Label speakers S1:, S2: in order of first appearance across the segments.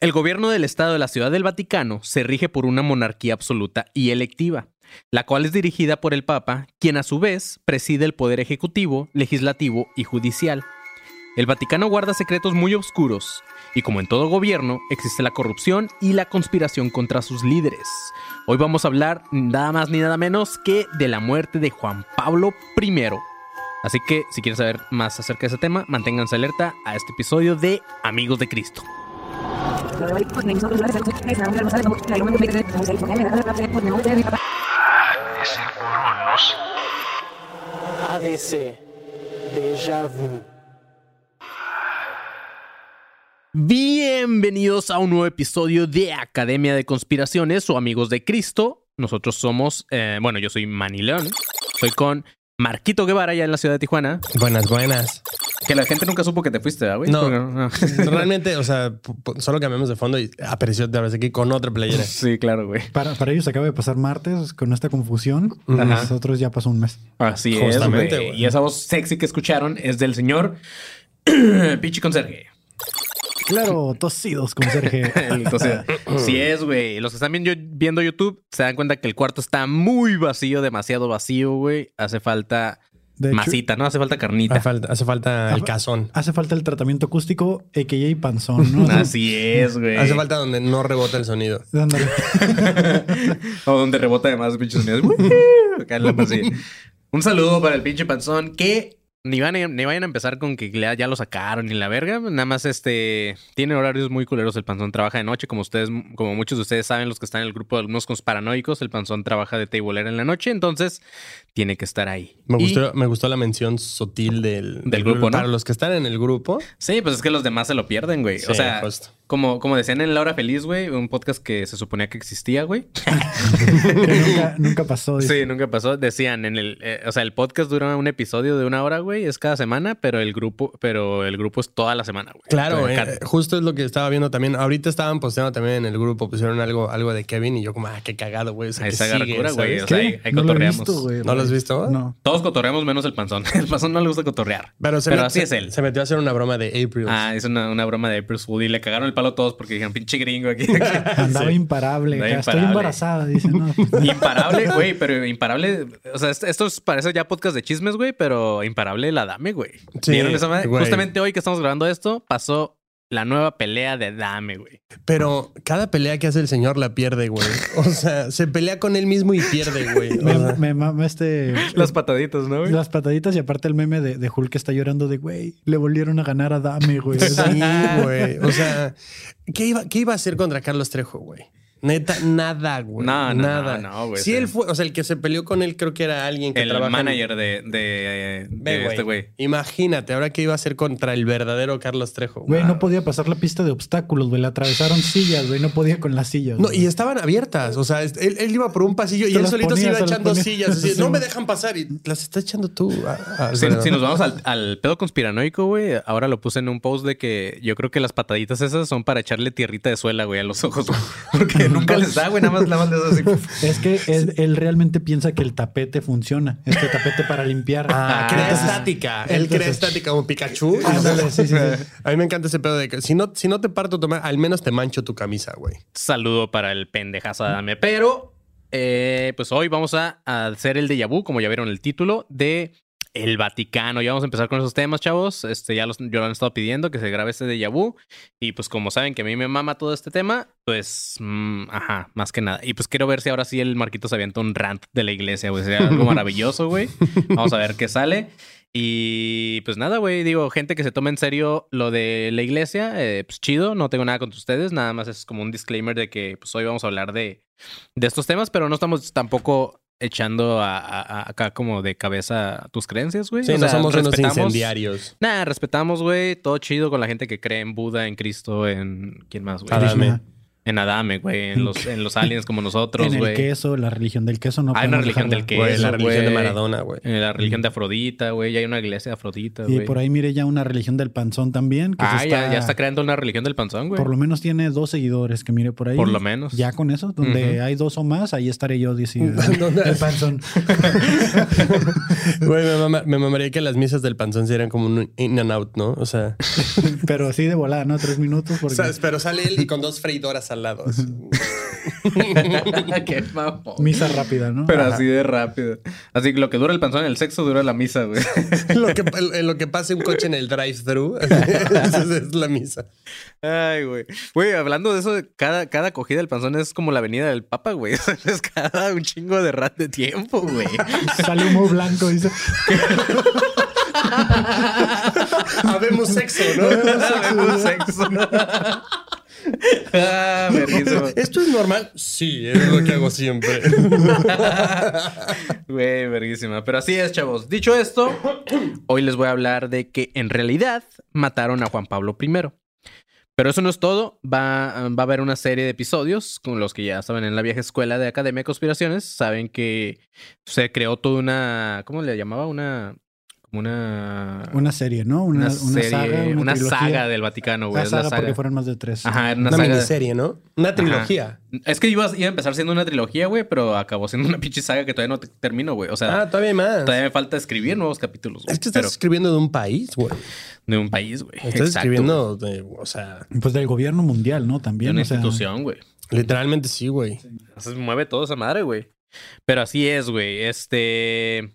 S1: El gobierno del Estado de la Ciudad del Vaticano se rige por una monarquía absoluta y electiva, la cual es dirigida por el Papa, quien a su vez preside el poder ejecutivo, legislativo y judicial. El Vaticano guarda secretos muy oscuros, y como en todo gobierno, existe la corrupción y la conspiración contra sus líderes. Hoy vamos a hablar nada más ni nada menos que de la muerte de Juan Pablo I. Así que si quieren saber más acerca de ese tema, manténganse alerta a este episodio de Amigos de Cristo.
S2: ADC, déjà vu.
S1: Bienvenidos a un nuevo episodio de Academia de Conspiraciones o Amigos de Cristo. Nosotros somos, eh, bueno, yo soy Manny León. Soy con Marquito Guevara, ya en la ciudad de Tijuana.
S3: Buenas, buenas.
S1: Que la gente nunca supo que te fuiste, ¿verdad, güey? ah.
S3: No.
S1: Porque- no.
S3: Realmente, o sea, p- p- solo cambiamos de fondo y apareció otra vez aquí con otra playera.
S1: Sí, claro, güey.
S4: Para, para ellos acaba de pasar martes con esta confusión.
S1: Ajá.
S4: Para Nosotros ya pasó un mes.
S1: Así
S3: Justamente,
S1: es, güey.
S3: güey.
S1: Y esa voz sexy que escucharon es del señor Pichi Conserje.
S4: Claro, tosidos con Sergio.
S1: Entonces, sí es, güey. Los que están viendo, viendo YouTube se dan cuenta que el cuarto está muy vacío, demasiado vacío, güey. Hace falta
S4: De hecho,
S1: masita, ¿no? Hace falta carnita.
S3: Hace falta, hace falta el cazón.
S4: hace falta el tratamiento acústico, a.k.a. panzón, ¿no?
S1: Así es, güey.
S3: Hace falta donde no rebota el sonido.
S4: Ándale.
S1: o donde rebota además pinches sonidos. Acá en la pancilla. Un saludo para el pinche panzón que ni, van a- ni vayan a empezar con que ya ya lo sacaron y la verga. Nada más este tiene horarios muy culeros. El panzón trabaja de noche, como ustedes, como muchos de ustedes saben, los que están en el grupo de alumnos con paranoicos, el panzón trabaja de teibolera en la noche, entonces tiene que estar ahí.
S3: Me
S1: Y-
S3: gustó, me gustó la mención sutil del,
S1: Del grupo, ¿no?
S3: Para los que están en el grupo.
S1: Sí, pues es que los demás se lo pierden, güey. o
S3: Sí,
S1: sea,
S3: justo.
S1: como, como decían en La Hora Feliz, güey, un podcast que se suponía que existía, güey.
S4: Que nunca, nunca pasó. dice.
S1: Sí, nunca pasó. Decían en el, eh, o sea, el podcast dura un episodio de una hora, güey, es cada semana, pero el grupo, pero el grupo es toda la semana, güey.
S3: Claro,
S1: Entonces,
S3: eh,
S1: cada-
S3: justo es lo que estaba viendo también. Ahorita estaban posteando también en el grupo, pusieron algo, algo de Kevin y yo como, ah, qué cagado, güey. O sea,
S1: Ahí
S3: que
S1: está
S3: sigue,
S1: Garcura, güey,
S3: ¿sabes?
S1: o sea, ahí- ahí cotorreamos.
S3: ¿No lo has visto?
S4: No.
S1: Todos cotorreamos menos el panzón. El panzón no le gusta cotorrear.
S3: Pero, se
S1: Pero
S3: met-
S1: así
S3: se-
S1: es él.
S3: Se metió a hacer una broma de April.
S1: Ah, es una, una broma de April Fool y le cagaron el palo todos porque dijeron pinche gringo aquí.
S4: Andaba
S3: Sí.
S4: imparable.
S1: Andaba
S4: acá. Estoy
S1: imparable.
S4: embarazada, dice. No, pues,
S1: imparable, güey, pero imparable. O sea, est- esto es- parece ya podcast de chismes, güey, pero imparable la dame, güey.
S3: Sí,
S1: ¿Vieron esa madre?
S3: güey.
S1: Justamente hoy que estamos grabando esto, pasó la nueva pelea de dame, güey.
S3: Pero cada pelea que hace el señor la pierde, güey. O sea, se pelea con él mismo y pierde, güey. O
S4: me,
S3: sea,
S4: me mama este.
S1: Las pataditas, ¿no, güey?
S4: Las pataditas y aparte el meme de, de Hulk que está llorando de güey, le volvieron a ganar a Dame, güey. O
S3: Pues
S4: sea,
S3: Sí, güey. O sea, ¿qué iba, qué iba a hacer contra Carlos Trejo, güey? Neta, nada, güey.
S1: No, no, no,
S3: nada.
S1: no, güey,
S3: Si
S1: sí.
S3: él fue, o sea, el que se peleó con él creo que era alguien que
S1: el
S3: trabaja en-
S1: manager de, de,
S3: Ve,
S1: de este güey.
S3: Imagínate, ahora qué iba a hacer contra el verdadero Carlos Trejo.
S4: Güey, no podía pasar la pista de obstáculos, güey. Le atravesaron sillas, güey. No podía con las sillas.
S3: No,
S4: güey.
S3: y estaban abiertas. O sea, es- él, él iba por un pasillo y
S4: Te
S3: él
S4: las
S3: solito se
S4: ponía,
S3: iba
S4: se las
S3: echando
S4: ponía.
S3: sillas. así,
S4: Sí,
S3: no me
S4: güey.
S3: dejan pasar y las está echando tú. Ah, ah,
S1: Si,
S3: perdón.
S1: si nos vamos al, al pedo conspiranoico, güey, ahora lo puse en un post de que yo creo que las pataditas esas son para echarle tierrita de suela, güey, a los ojos, güey. Porque nunca les da, güey, nada más, nada más les da así.
S4: Es que él, él realmente piensa que el tapete funciona. Este tapete para limpiar.
S1: Ah,
S3: Ah, crea
S1: entonces-
S3: estática. Él
S4: entonces-
S3: crea estática como Pikachu.
S4: Ándale, sí, sí, sí.
S3: A mí me encanta ese pedo de que si no, si no te parto, toma, al menos te mancho tu camisa, güey.
S1: Saludo para el pendejazo Adame. Pero, eh, pues hoy vamos a, a hacer el de vu, como ya vieron el título, de El Vaticano. Ya vamos a empezar con esos temas, chavos. Este, ya los, yo lo han estado pidiendo que se grabe este de vu. Y pues como saben que a mí me mama todo este tema, pues, mm, ajá, más que nada. Y pues quiero ver si ahora sí el Marquito se avienta un rant de la iglesia, güey. Sería algo maravilloso, güey. Vamos a ver qué sale. Y pues nada, güey, digo, gente que se tome en serio lo de la iglesia, eh, pues chido, no tengo nada contra ustedes, nada más es como un disclaimer de que pues hoy vamos a hablar de, de estos temas, pero no estamos tampoco echando a, a- a- acá como de cabeza tus creencias, güey.
S3: Sí,
S1: O
S3: no
S1: sea,
S3: somos unos
S1: respetamos-
S3: incendiarios.
S1: Nah, respetamos, güey, todo chido con la gente que cree en Buda, en Cristo, en... ¿Quién más, güey?
S3: Adame.
S1: En Adame, güey. En los, en los aliens como nosotros,
S4: en el
S1: güey.
S4: queso, la religión del queso no
S1: Hay una
S4: podemos
S1: religión del
S4: dejarla.
S1: queso.
S3: Güey, la
S1: güey.
S3: religión de Maradona, güey.
S1: En la religión de Afrodita, güey. Ya hay una iglesia de Afrodita,
S4: Y
S1: güey.
S4: Mm. por ahí mire ya una religión del panzón también. Que se
S1: ah, ya, ya está creando una religión del panzón, güey.
S4: Por lo menos tiene dos seguidores que mire por ahí.
S1: Por lo menos.
S4: Ya con eso, donde hay dos o más, ahí estaré yo diciendo.
S3: ¿Dónde?
S4: el panzón.
S3: Güey, me, mama- me mamaría que las misas del panzón serían como un in and out, ¿no? O sea,
S4: Pero sí de volada, ¿no? Tres minutos. Porque...
S3: pero sale él y con dos freidoras al lado. así.
S1: Qué mamón.
S4: Misa rápida, ¿no?
S1: Pero así de rápido. Así que lo que dura el panzón en el sexo dura la misa, güey.
S3: lo que, en lo que pase un coche en el drive-thru, esa es la misa.
S1: Ay, güey. Güey, hablando de eso, cada, cada cogida del panzón es como la venida del papa, güey. Es cada un chingo de rat de tiempo, güey.
S4: Sale humo blanco, dice.
S3: Habemos sexo, ¿no?
S1: Hablando de sexo. ah, verguísimo.
S3: ¿Esto es normal? Sí, es lo que hago siempre.
S1: Güey, verguísima. Pero así es, chavos. Dicho esto, hoy les voy a hablar de que en realidad mataron a Juan Pablo I. Pero eso no es todo. Va, va a haber una serie de episodios con los que ya saben en la vieja escuela de Academia de Conspiraciones. Saben que se creó toda una. ¿Cómo le llamaba? Una. Como una.
S4: Una serie, ¿no? Una, una
S1: serie,
S4: saga. Una,
S1: una
S4: trilogía.
S1: saga del Vaticano, güey.
S4: Ah,
S1: es
S4: saga,
S1: la
S4: porque
S1: saga.
S4: fueron más de tres.
S1: Ajá, era una,
S3: Una
S1: saga.
S3: miniserie, ¿no? Una trilogía.
S1: Es que iba, a- iba a empezar siendo una trilogía, güey, pero acabó siendo una pinche saga que todavía no te- termino, güey. O sea,
S3: Ah, todavía hay más.
S1: Todavía me falta escribir nuevos capítulos, güey.
S3: Es que estás
S1: pero
S3: escribiendo de un país, güey.
S1: de un país, güey.
S3: Estás
S1: Exacto, güey.
S3: escribiendo de, o sea,
S4: Pues del gobierno mundial, ¿no?
S1: de
S4: También.
S1: una
S4: o sea,
S1: institución, güey.
S3: literalmente sí, güey.
S1: Entonces mueve toda esa madre, güey. Pero así es, güey. Este.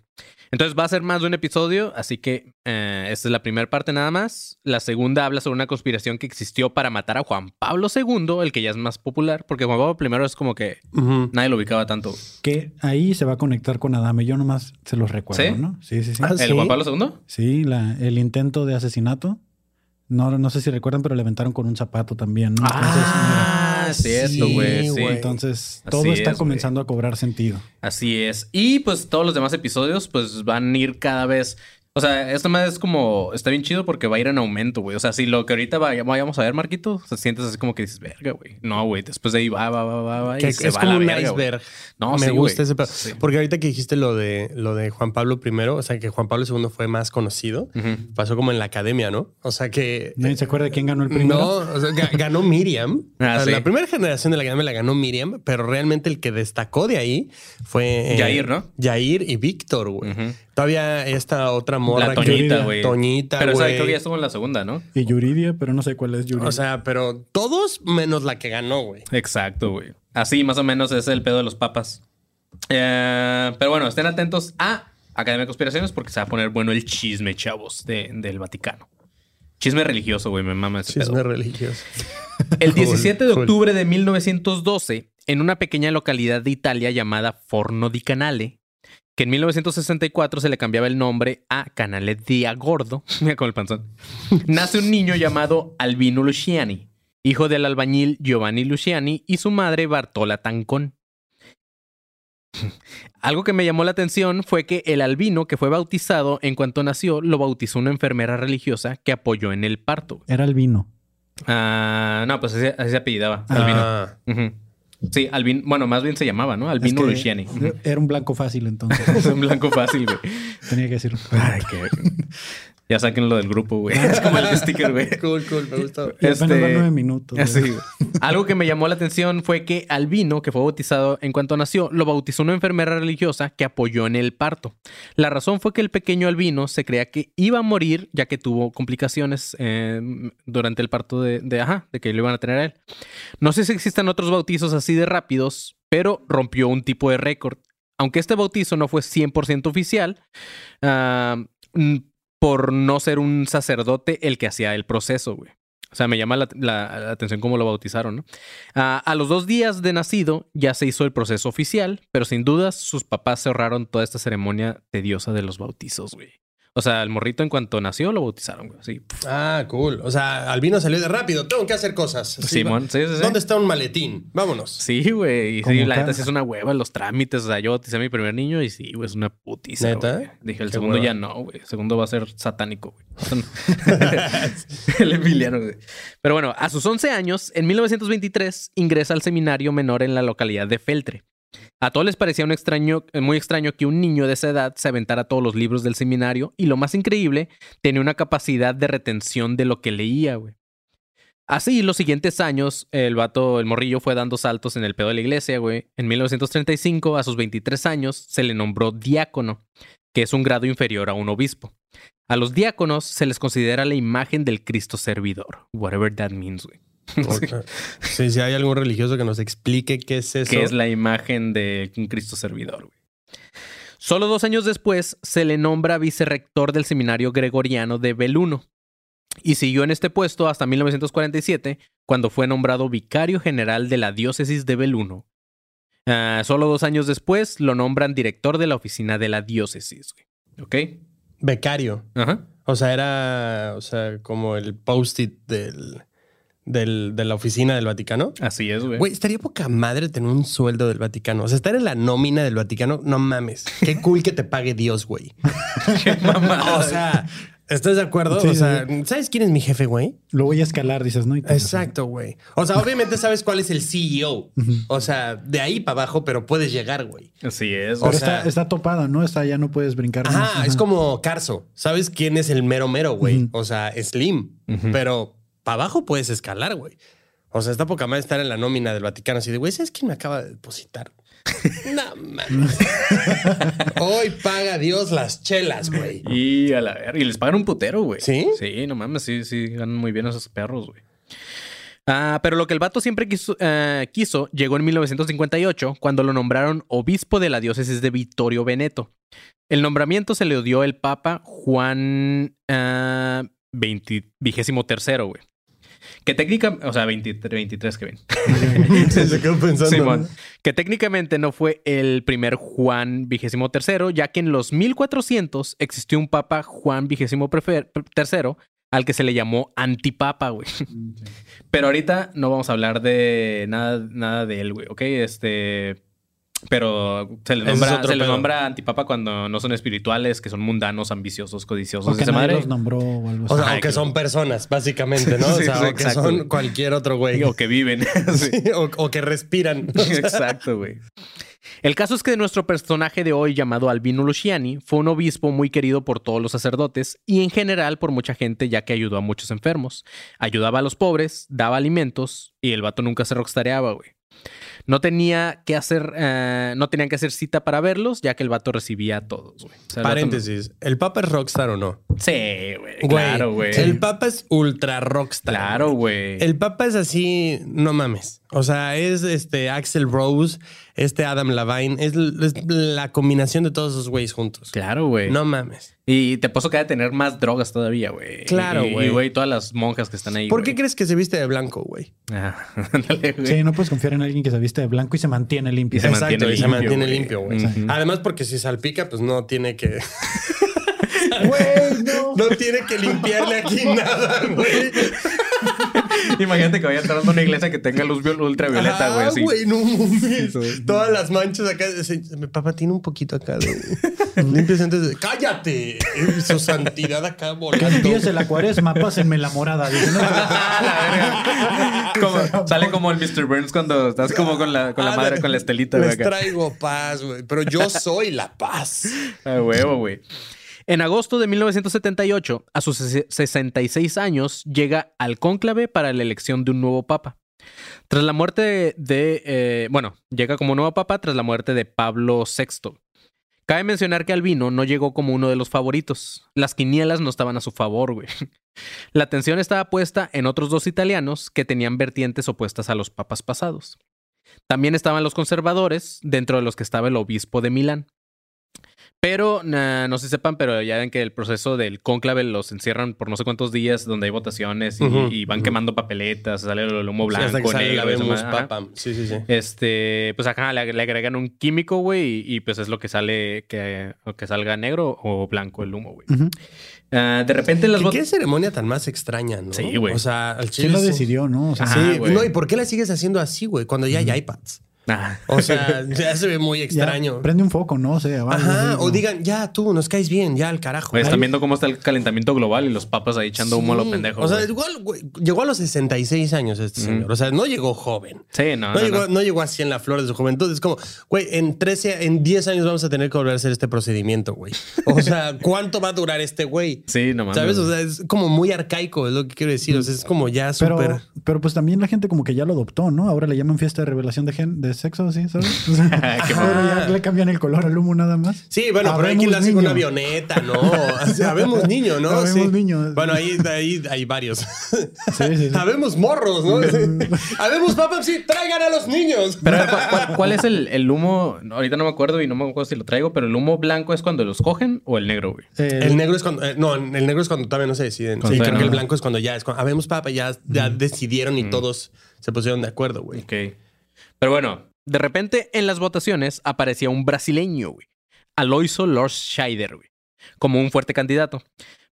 S1: Entonces va a ser más de un episodio, así que eh, esta es la primera parte nada más. La segunda habla sobre una conspiración que existió para matar a Juan Pablo II, el que ya es más popular, porque Juan Pablo I es como que
S3: Ujú.
S1: nadie lo ubicaba tanto.
S4: Que ahí se va a conectar con Adame. Yo nomás se los recuerdo,
S1: ¿Sí?
S4: ¿no? Sí, sí, sí.
S3: Ah,
S1: ¿El
S3: ¿sí?
S1: Juan Pablo II?
S4: Sí, la, el intento de asesinato. No, no sé si recuerdan, pero le aventaron con un zapato también. ¿no?
S1: Ah, es cierto,
S3: sí,
S1: güey.
S4: mira,
S1: Sí,
S3: güey.
S4: entonces
S1: Así
S4: todo está
S1: es,
S4: comenzando a cobrar sentido.
S1: Así es. Y pues todos los demás episodios pues van a ir cada vez... O sea, esto más es como... Está bien chido porque va a ir en aumento, güey. O sea, si lo que ahorita vaya- vayamos a ver, Marquito, o sea, sientes así como que dices, verga, güey. No, güey. Después de ahí va, va, va, va, va.
S3: Que
S1: y se
S3: es
S1: va a
S3: como
S1: la
S3: un
S1: verga, güey.
S3: iceberg.
S1: No,
S3: me
S1: sí,
S3: gusta
S1: güey.
S3: ese pedo.
S1: Sí.
S3: Porque ahorita que dijiste lo de lo de Juan Pablo I, o sea, que Juan Pablo II fue más conocido,
S1: Ujú.
S3: pasó como en la academia, ¿no? O sea que
S4: ¿Nadie se acuerda de quién ganó el primero?
S3: no, o sea, ga- ganó Miriam.
S1: Ah,
S3: O sea,
S1: sí.
S3: La primera generación de la academia la ganó Miriam, pero realmente el que destacó de ahí fue
S1: Yair, ¿no?
S3: Jair y Víctor, güey.
S1: Ujú.
S3: Todavía esta otra morra
S1: La
S3: que-
S1: Toñita, güey.
S3: Toñita,
S1: Pero esa
S3: güey.
S1: creo que ya estuvo en la segunda, ¿no?
S4: Y Yuridia, pero no sé cuál es Yuridia.
S3: O sea, pero todos menos la que ganó, güey.
S1: Exacto, güey. Así más o menos es el pedo de los papas. Eh, pero bueno, estén atentos a Academia de Conspiraciones porque se va a poner bueno el chisme, chavos, de- del Vaticano. Chisme religioso, güey. Me mama ese pedo.
S3: Chisme religioso.
S1: El
S3: Cool,
S1: 17 de
S3: cool.
S1: octubre de 1912, en una pequeña localidad de Italia llamada Forno di Canale, que en 1964 se le cambiaba el nombre a Canale di Agordo, mira con el panzón, nace un niño llamado Albino Luciani, hijo del albañil Giovanni Luciani y su madre Bartola Tancón. Algo que me llamó la atención fue que el albino que fue bautizado en cuanto nació lo bautizó una enfermera religiosa que apoyó en el parto.
S4: Era el vino.
S1: Ah, no, pues así, así se apellidaba. Albino.
S3: Ah.
S1: Ujú. Sí, Albino. Bueno, más bien se llamaba, ¿no?
S4: Es
S1: Albino
S4: que
S1: Luciani.
S4: Era un blanco fácil entonces.
S1: Es un blanco fácil, güey.
S4: Tenía que decirlo.
S3: Ah,
S1: Ya sáquenlo del grupo, güey. Es como el sticker, güey.
S3: Cool, cool, me gustó.
S4: Y apenas
S1: este-
S4: van nueve minutos.
S1: Así,
S4: güey.
S1: güey. Algo que me llamó la atención fue que Albino, que fue bautizado en cuanto nació, lo bautizó una enfermera religiosa que apoyó en el parto. La razón fue que el pequeño Albino se creía que iba a morir ya que tuvo complicaciones eh, durante el parto de, de, ajá, de que lo iban a tener a él. No sé si existan otros bautizos así de rápidos, pero rompió un tipo de récord. Aunque este bautizo no fue 100% oficial, ah, mm, por no ser un sacerdote el que hacía el proceso, güey. O sea, me llama la, la- la atención cómo lo bautizaron, ¿no? Ah, a los dos días de nacido ya se hizo el proceso oficial, pero sin dudas sus papás cerraron toda esta ceremonia tediosa de los bautizos, güey. O sea, el morrito en cuanto nació lo bautizaron, güey. Así, pf,
S3: Ah, cool. O sea, Albino salió de rápido. Tengo que hacer cosas. Sí,
S1: pues, Simón,
S3: va-
S1: sí, sí, sí.
S3: ¿Dónde está un maletín? Vámonos.
S1: Sí, güey. Y sí,
S4: Como
S1: la neta
S4: acá.
S1: sí es una hueva los trámites. O sea, yo bauticé a mi primer niño y sí, güey, es una putiza.
S3: ¿Neta?
S1: güey. Dije, el
S3: Qué
S1: segundo
S3: hueva.
S1: ya no, güey. El segundo va a ser satánico, güey. el Emiliano, güey. Pero bueno, a sus 11 años, en 1923, ingresa al seminario menor en la localidad de Feltre. A todos les parecía un extraño, eh, muy extraño que un niño de esa edad se aventara todos los libros del seminario y lo más increíble, tenía una capacidad de retención de lo que leía, güey. Así, los siguientes años, el vato, el morrillo, fue dando saltos en el pedo de la iglesia, güey. En 1935, a sus 23 años, se le nombró diácono, que es un grado inferior a un obispo. A los diáconos se les considera la imagen del Cristo servidor, whatever that means, güey.
S3: Ok. Sí, si hay algún religioso que nos explique qué es eso.
S1: que es la imagen de un Cristo servidor. güey. Solo dos años después se le nombra vicerrector del seminario gregoriano de Beluno y siguió en este puesto hasta 1947 cuando fue nombrado vicario general de la diócesis de Beluno. Ah, solo dos años después lo nombran director de la oficina de la diócesis. güey. ¿Ok?
S3: Becario.
S1: Ajá.
S3: O sea, era o sea, como el post-it del, del- de la oficina del Vaticano.
S1: Así es, güey.
S3: Güey, estaría poca madre tener un sueldo del Vaticano. O sea, estar en la nómina del Vaticano, no mames. Qué cool que te pague Dios, güey.
S1: Qué mamada.
S3: O sea, ¿estás de acuerdo?
S4: Sí,
S3: o sea, ¿sabes quién es mi jefe, güey?
S4: Lo voy a escalar, dices, ¿no? Y te-
S3: Exacto, güey. O sea, obviamente sabes cuál es el CEO. O sea, de ahí para abajo, pero puedes llegar, güey.
S1: Así es,
S4: Pero
S1: güey.
S3: o sea-
S4: está, está topada, ¿no? Está, ya no puedes brincar. más.
S3: Ajá,
S4: Ajá.
S3: es como Carso. ¿Sabes quién es el mero mero, güey?
S4: Ujú.
S3: O sea, Slim.
S1: Ujú.
S3: Pero para abajo puedes escalar, güey. O sea, está poca más estar en la nómina del Vaticano así de, güey, ¿sabes quién me acaba de depositar? no mames. Hoy paga Dios las chelas, güey.
S1: Y a la verga. Y les pagan un putero, güey.
S3: ¿Sí?
S1: Sí, no mames, sí, sí, ganan muy bien esos perros, güey. Ah, pero lo que el vato siempre quiso, ah, quiso llegó en 1958, cuando lo nombraron obispo de la diócesis de Vittorio Veneto. El nombramiento se le dio el Papa Juan ah, 20 vigésimo tercero, güey. Que técnica, o sea, 23, 23 que ven.
S3: Se quedó pensando.
S1: Simón. Que técnicamente no fue el primer Juan vigésimo tercero, ya que en los 1400 existió un papa Juan vigésimo prefer- tercero al que se le llamó antipapa, güey. Pero ahorita no vamos a hablar de nada, nada de él, güey, ¿ok? Este... Pero se le
S3: Ese es
S1: nombra,
S3: otro
S1: se le
S3: pedo.
S1: nombra antipapa cuando no son espirituales, que son mundanos, ambiciosos, codiciosos.
S4: O que
S1: esa
S4: nadie
S1: Pues madre.
S4: los nombró o algo así.
S3: O sea,
S1: Ajá,
S3: o que
S1: claro.
S3: son personas, básicamente, ¿no?
S1: Sí,
S3: o sea,
S1: sí,
S3: o que
S1: exacto.
S3: son cualquier otro güey.
S1: O que viven. Sí.
S3: Sí, o, o que respiran.
S1: Exacto, güey. El caso es que nuestro personaje de hoy, llamado Albino Luciani, fue un obispo muy querido por todos los sacerdotes y en general por mucha gente, ya que ayudó a muchos enfermos. Ayudaba a los pobres, daba alimentos y el vato nunca se rockstareaba, güey. No tenía que hacer, eh, no tenían que hacer cita para verlos, ya que el vato recibía a todos, güey. O sea, el vato no-
S3: Paréntesis, ¿el Papa es rockstar o no?
S1: Sí, güey. Claro, güey.
S3: El Papa es ultra rockstar.
S1: Claro, güey.
S3: El Papa es así, no mames. O sea, es este Axel Rose, este Adam Levine, es, l- es la combinación de todos esos güeyes juntos.
S1: Claro, güey.
S3: No mames.
S1: Y te puso que ha de tener más drogas todavía, güey.
S3: Claro,
S1: Y-
S3: güey.
S1: Y, güey, todas las monjas que están ahí.
S3: ¿Por qué
S1: güey.
S3: crees que se viste de blanco, güey?
S1: Ah, ándale, güey.
S4: Sí, no puedes confiar en alguien que se viste de blanco y se mantiene limpio.
S1: Y se mantiene
S3: y se
S1: limpio,
S3: mantiene
S1: güey.
S3: limpio, güey.
S1: Ujú.
S3: Además, porque si salpica, pues no tiene que.
S4: Güey, no.
S3: No tiene que limpiarle aquí nada, güey.
S1: Imagínate que vaya entrando a una iglesia que tenga luz viol- ultravioleta, güey.
S3: Ah,
S1: así.
S3: güey, no mames.
S1: Sí.
S3: Todas las manchas acá. se- Mi papá tiene un poquito acá de. Limpias antes de. ¡Cállate! eh, Su santidad acá
S4: Que
S3: volando.
S4: empiece la cuaresma, pásenme la morada. dice, ¿no?
S1: Ah, la verga. Como- sale como el Mr. Burns cuando estás como con la, con la madre, con la estelita, güey.
S3: Les
S1: acá.
S3: traigo paz, güey. Pero yo soy la paz.
S1: Ah, huevo, güey. En agosto de 1978, a sus ses- 66 años, llega al cónclave para la elección de un nuevo papa. Tras la muerte de... de, eh, bueno, llega como nuevo papa tras la muerte de Pablo VI. Cabe mencionar que Albino no llegó como uno de los favoritos. Las quinielas no estaban a su favor, güey. La atención estaba puesta en otros dos italianos que tenían vertientes opuestas a los papas pasados. También estaban los conservadores, dentro de los que estaba el obispo de Milán. Pero na- no sé si sepan, pero ya ven que el proceso del cónclave los encierran por no sé cuántos días donde hay votaciones y,
S3: Ujú.
S1: y van
S3: Ujú.
S1: quemando papeletas, sale el humo
S3: Sí,
S1: blanco,
S3: hasta que sale la
S1: negro, esa
S3: Vemos
S1: madre, ajá.
S3: papam. Sí, sí, sí.
S1: Este, pues acá le, ag- le agregan un químico, güey, y, y, pues es lo que sale, que, o que salga negro o blanco el humo, güey.
S4: Ujú.
S1: Ah, de repente las
S3: ¿Qué, qué
S1: botas...
S3: ceremonia tan más extraña, ¿no?
S1: Sí, güey.
S3: O sea, al chile.
S4: ¿Quién lo
S3: sí-
S4: decidió, no? O sea,
S1: Ajá.
S3: Sí,
S1: güey.
S3: no, ¿y por qué la sigues haciendo así, güey? Cuando ya hay iPads.
S1: Ah,
S3: O sea, ya se ve muy
S4: ya
S3: extraño.
S4: Prende un foco, ¿no? O sea, vale,
S3: Ajá,
S4: sí,
S3: o
S4: no.
S3: digan, ya tú, nos caes bien, ya al carajo.
S1: Güey, están
S3: Ahí-
S1: viendo cómo está el calentamiento global y los papas ahí echando humo a los
S3: Sí.
S1: pendejos.
S3: O sea,
S1: güey.
S3: igual, güey, llegó a los 66 años este señor. O sea, no llegó joven.
S1: sí, no,
S3: No,
S1: no,
S3: llegó,
S1: no.
S3: no llegó así en la flor de su juventud. Es como, güey, en 13, en 10 años vamos a tener que volver a hacer este procedimiento, güey. O sea, ¿cuánto va a durar este güey?
S1: Sí, no mames,
S3: ¿Sabes? O
S1: güey.
S3: sea, es como muy arcaico, es lo que quiero decir. O sea, es como ya
S4: Pero,
S3: súper.
S4: pero pues también la gente como que ya lo adoptó, ¿no? Ahora le llaman fiesta de revelación de gen, de sexo, ¿sí? ¿Sabes? O sea,
S1: Qué
S4: pero ya le cambian el color al humo nada más.
S3: Sí, bueno, pero hay quien
S4: Habemos
S3: lo hace con una
S4: niño.
S3: avioneta, ¿no? O sea, Habemos niño, ¿no?
S4: Habemos
S3: Sí.
S4: niño.
S3: Bueno, ahí, ahí hay varios.
S4: Sí, sí, sí.
S3: Habemos morros, ¿no? Sí. Habemos papas, sí, traigan a los niños.
S1: Pero a ver, ¿cuál, cuál- cuál es el, el humo? No, Ahorita no me acuerdo y no me acuerdo si lo traigo, pero el humo blanco es cuando los cogen o el negro, güey.
S4: Eh,
S3: El negro es cuando. eh, no, el negro es cuando todavía no se deciden.
S1: Cuando
S3: sí, creo
S1: todavía
S3: que el
S1: no.
S3: blanco es cuando ya es cuando. Habemos papa, ya, ya decidieron y
S1: Mm.
S3: todos se pusieron de acuerdo, güey.
S1: Ok. Pero bueno, de repente en las votaciones aparecía un brasileño, güey. Aloiso Lord Scheider, güey. Como un fuerte candidato.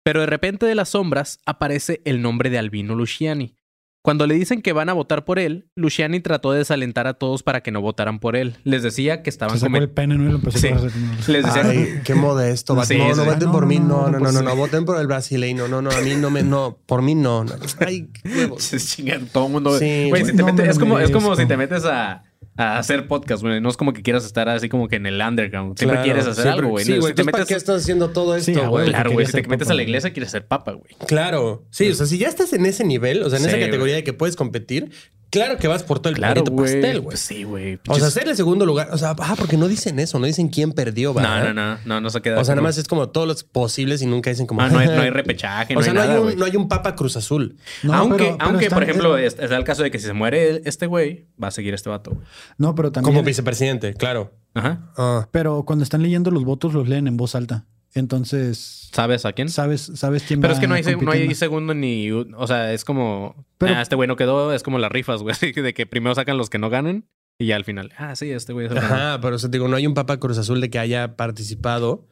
S1: Pero de repente de las sombras aparece el nombre de Albino Luciani. Cuando le dicen que van a votar por él, Luciani trató de desalentar a todos para que no votaran por él. Les decía que
S4: se
S1: estaban
S4: sacó el
S1: cometiendo.
S4: pene, ¿no? Y lo empezó
S1: Sí.
S4: a hacer como-
S1: Les decía.
S3: Ay, qué modesto. va-
S1: Sí,
S3: no,
S1: sí.
S3: no voten
S4: No,
S3: por mí.
S4: no,
S3: No, no,
S4: no,
S3: no, no,
S4: pues-
S3: no. Voten por el brasileño. No, no, a mí no me. No, por mí no. no. Ay, qué huevos.
S1: Chingan, "Pues todo el mundo.
S3: Sí,
S1: Güey, si
S4: güey.
S1: te
S4: No
S1: metes-
S4: me lo
S1: es, como, es como
S4: merezco.
S1: si te metes a, a hacer podcast, güey. No es como que quieras estar así como que en el underground. Siempre
S3: Claro,
S1: quieres hacer
S3: siempre-
S1: algo, güey.
S3: Sí,
S1: ¿no?
S3: güey.
S1: si te
S3: entonces, ¿Para qué
S1: metes.
S3: estás haciendo todo
S4: Sí,
S3: esto,
S4: a
S3: güey?
S4: huevo.
S1: Ah, Claro,
S4: que
S1: güey.
S4: querías
S1: Si te
S4: ser
S1: metes
S4: papa,
S1: a la
S4: güey.
S1: iglesia, quieres ser papa, güey.
S3: Claro. Sí, o sea, si ya estás en ese nivel, o sea, en
S1: Sí,
S3: esa
S1: güey.
S3: categoría de que puedes competir, claro que vas por todo el
S1: Claro,
S3: planeta
S1: güey.
S3: pastel, güey.
S1: Pues sí, güey.
S3: O sea, ser el segundo lugar. O sea, ah, porque no dicen eso, no dicen quién perdió,
S1: no,
S3: ¿va?
S1: no, no, no, no se queda.
S3: O sea, nada
S1: como-
S3: más es como todos los posibles y nunca dicen como.
S1: Ah, no, hay, no hay repechaje, no
S3: o sea,
S1: hay nada,
S3: no, hay
S1: güey.
S3: un, no hay un Papa Cruz Azul.
S4: No,
S1: aunque,
S4: pero- pero
S1: aunque
S4: está-
S1: por ejemplo, eh, es- está el caso de que si se muere el- este güey, va a seguir este vato. güey.
S4: No, pero
S3: Como
S4: también...
S3: vicepresidente, claro.
S1: Ajá.
S3: Ah.
S4: Pero cuando están leyendo los votos, los leen en voz alta. Entonces,
S1: ¿Sabes a quién?
S4: sabes, sabes quién
S1: Pero
S4: va
S1: es que no hay, seg- no hay
S4: compitiendo.
S1: segundo ni. un- O sea, es como.
S4: Pero-
S1: ah, este güey no quedó. Es como las rifas, güey. así que De que primero sacan los que no ganen y ya al final. Ah, sí, este güey es el ganador.
S3: Ajá, pero o sea, te digo, no hay un Papa Cruz Azul de que haya participado.